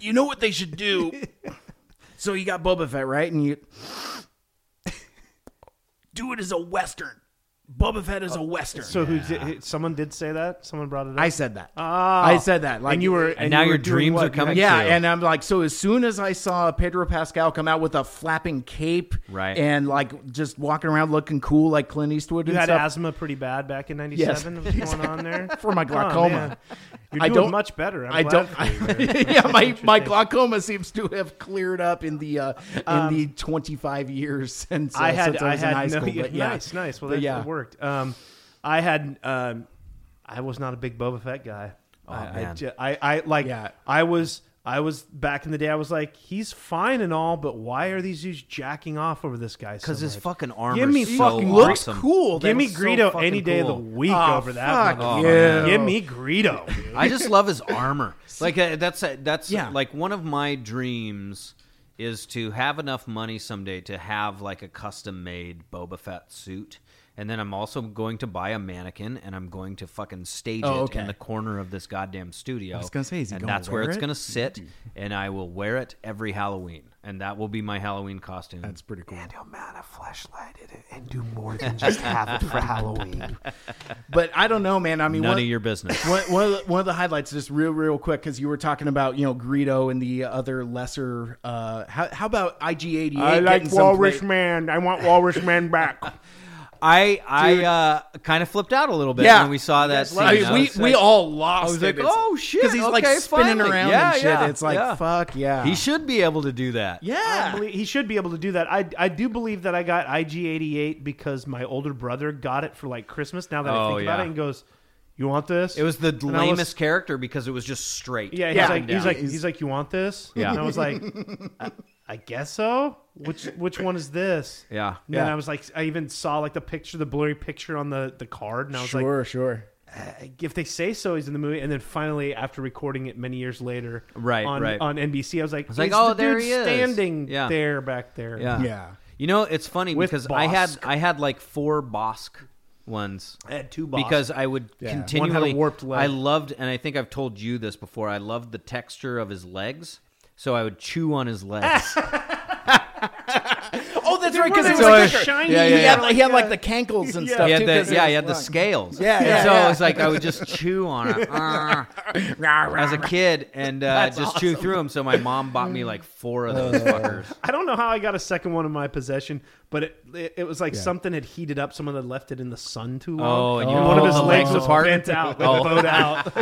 you know what they should do? so you got Boba Fett, right? And you do it as a Western. Boba Fett is a western. Oh, So who did, someone did say that? Someone brought it up. I said that. Ah. I said that. Like and you were, and and now you were your doing dreams what are coming- next? yeah, true. and I'm like, so as soon as I saw Pedro Pascal come out with a flapping cape, Right. and like just walking around looking cool like Clint Eastwood You and had stuff asthma pretty bad back in '97. What's going on there? for my Oh, glaucoma. man. You're doing I don't- much better. I'm I glad don't. for you, man. yeah, my, my glaucoma seems to have cleared up in the uh, in the 25 years since uh, I had since I was had in high no, school. yeah, But yeah, nice, nice. Well, But that, yeah. that worked. Um, I had um, I was not a big Boba Fett guy. I, I man. ju- I, I like Yeah. I was I was back in the day. I was like, he's fine and all, but why are these dudes jacking off over this guy? Because so his much? fucking armor Give me so fucking awesome. looks cool. Give me so Greedo fucking any day of the cool. week Oh, over that. fuck motherfucker. you. Give me Greedo. dude. I just love his armor. Like uh, that's uh, that's Yeah. like one of my dreams is to have enough money someday to have like a custom made Boba Fett suit. And then I'm also going to buy a mannequin and I'm going to fucking stage Oh, it okay. in the corner of this goddamn studio. I was gonna say, is he and gonna that's where wear it's it? Mm-hmm. going to sit and I will wear it every Halloween. And that will be my Halloween costume. that's pretty cool. But I don't know, man. I mean, None one- of your business. one, one, of the, one of the highlights, just real, real quick, because you were talking about you know Greedo and the other lesser. Uh, how, how about IG88? getting some play- Man. I want Walrus Man back. I I uh, kind of flipped out a little bit Yeah. when we saw that scene. I mean, I we, was we like- all lost. I was it. like, It's- "Oh, shit, he's like okay, spinning finally. around Yeah, and shit. yeah, It's like yeah. fuck yeah. He should be able to do that. yeah. I belie- he should be able to do that. I, I do believe that I got IG88 because my older brother got it for like Christmas. Now that I Oh, think about yeah. it, and goes, "You want this?" It was the And I lamest character because it was just straight. Yeah, he's Yeah. like, Yeah. he's like, he's like, "You want this?" Yeah. and I was like, I, "I guess so." Which which one is this? Yeah. And then Yeah. I was like, I even saw like the picture, the blurry picture on the the card, and I was sure, sure. like, "If they say so, he's in the movie." And then finally, after recording it many years later, Right, on, right. on NBC, I was like, was like, "Is "Oh, the there dude he is." standing Yeah. there back there." Yeah. Yeah. You know, it's funny With because I had Bosk. I had like four Bosk ones. I had two Bosk. because I would One had a continually warped leg. I loved and I think I've told you this before. I loved the texture of his legs. So I would chew on his legs. Oh, that's right, because because it it was was like shiny. a shiny- Yeah, yeah, he, yeah. had, like, uh, he had like the cankles and Yeah. stuff he had too. the, 'cause it yeah, was he had the long. scales. Yeah, And yeah, so yeah. it was like I would just chew on it uh, as a kid and uh, just chew through them. So my mom bought me like four of those fuckers. I don't know how I got a second one in my possession, but it it, it was like something had heated up. Someone had left it in the sun too long. Oh, and you one of pulled his the legs legs was apart? bent out, like Oh. bowed out.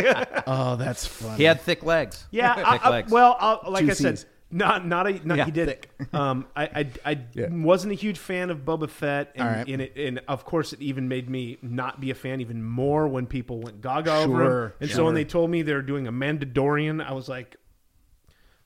Oh, that's funny. He had thick legs. yeah, I- thick I- legs. well, I, like Two I said, Cs. not not a not, Yeah. he did. Um, I I, I Yeah. wasn't a huge fan of Boba Fett, and, All right. and it and of course it even made me not be a fan even more when people went gaga over him. Sure, And so when sure. they told me they were doing a Mandadorian, I was like.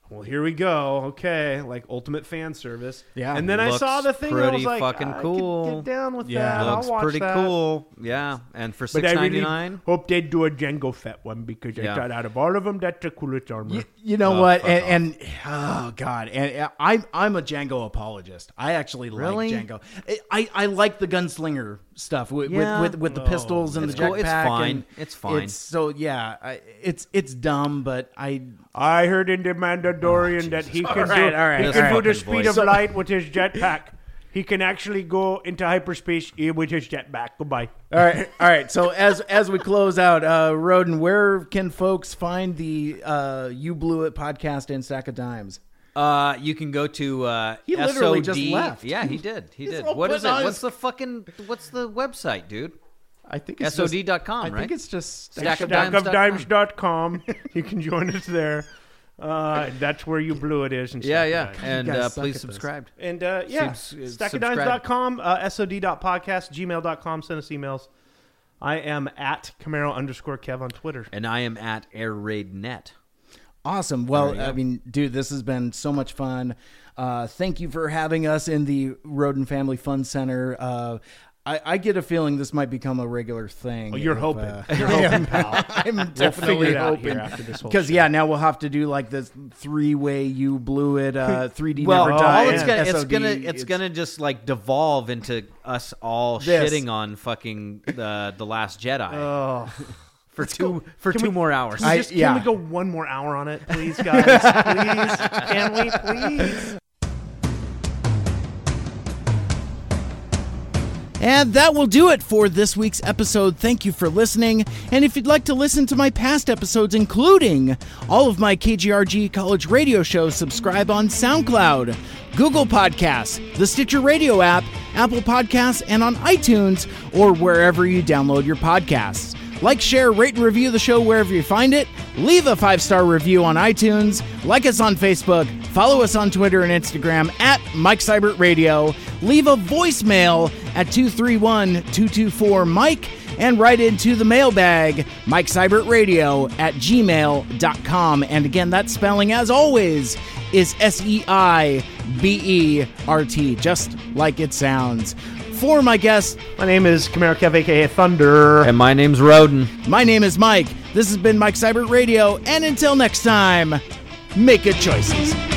Well, here we go. Okay, like ultimate fan service. Yeah. and then I Looks saw the thing. and I was pretty like, fucking I could cool. Get down with Yeah. that. looks I'll watch pretty that. cool. Yeah, and for But six I ninety really nine. hope they do a Jango Fett one because I Yeah. thought out of all of them, that's the coolest armor. You, you know Oh, what? fuck And, and oh god, and uh, I'm I'm a Django apologist. I actually Really? like Django. I, I I like the gunslinger stuff with Yeah. with, with, with the pistols and Oh, It's the jetpack. cool. It's fine. and It's fine. so yeah, I, it's it's dumb, but I I heard in the Mandalorian that he can right, do, Oh, all right, he all can right. Fucking do the speed voice. of light with his jetpack. He can actually go into hyperspace eh, with his jetpack. Goodbye. all right, all right. So as as we close out, uh, Roden, where can folks find the uh, "You Blew It" podcast and stack of dimes? Uh, you can go to uh, He literally SOD. just left. Yeah, he did. He He's did. all What is it? putting on What's his- the fucking? What's the website, dude? I think it's just- SOD.com, I right? think it's just Stack of Stack Dimes of dot dimes dot com. You can join us there. Uh, that's where you blew it is. And yeah, stuff. yeah. And you guys uh, suck at please this. subscribe. And uh, yeah, Subs- stackofdimes.com, uh, sod.podcast, gmail.com. Send us emails. I am at Camaro underscore Kev on Twitter. And I am at Air Raid Net. Awesome. Well, I mean, dude, this has been so much fun. Uh, thank you for having us in the Roden Family Fun Center. Uh, I, I get a feeling this might become a regular thing. Oh, you're if, hoping. uh, You're hoping, pal. I'm We'll figure definitely it out hoping here after this whole because yeah, now we'll have to do like this three-way. You blew it. Uh, 3D Well, never all died. it's gonna it's SOD, gonna it's, gonna just like devolve into us all This. shitting on fucking the the Last Jedi for two for two we- more hours. Can we I- just, yeah. Can we go one more hour on it, please, guys? please, can we? Please. And that will do it for this week's episode. Thank you for listening. And if you'd like to listen to my past episodes, including all of my KGRG college radio shows, subscribe on SoundCloud, Google Podcasts, the Stitcher Radio app, Apple Podcasts, and on iTunes or wherever you download your podcasts. Like, share, rate, and review the show wherever you find it. Leave a five star review on iTunes. Like us on Facebook. Follow us on Twitter and Instagram at Mike Seibert Radio. Leave a voicemail at 231 224 Mike and write into the mailbag, Mike Seibert Radio at gmail.com. And again, that spelling, as always, is S E I B E R T, just like it sounds. For my guest, My name is Camaro Kev, aka Thunder. And my name's Roden. my name is Mike. This has been Mike Seibert Radio, and until next time, make good choices.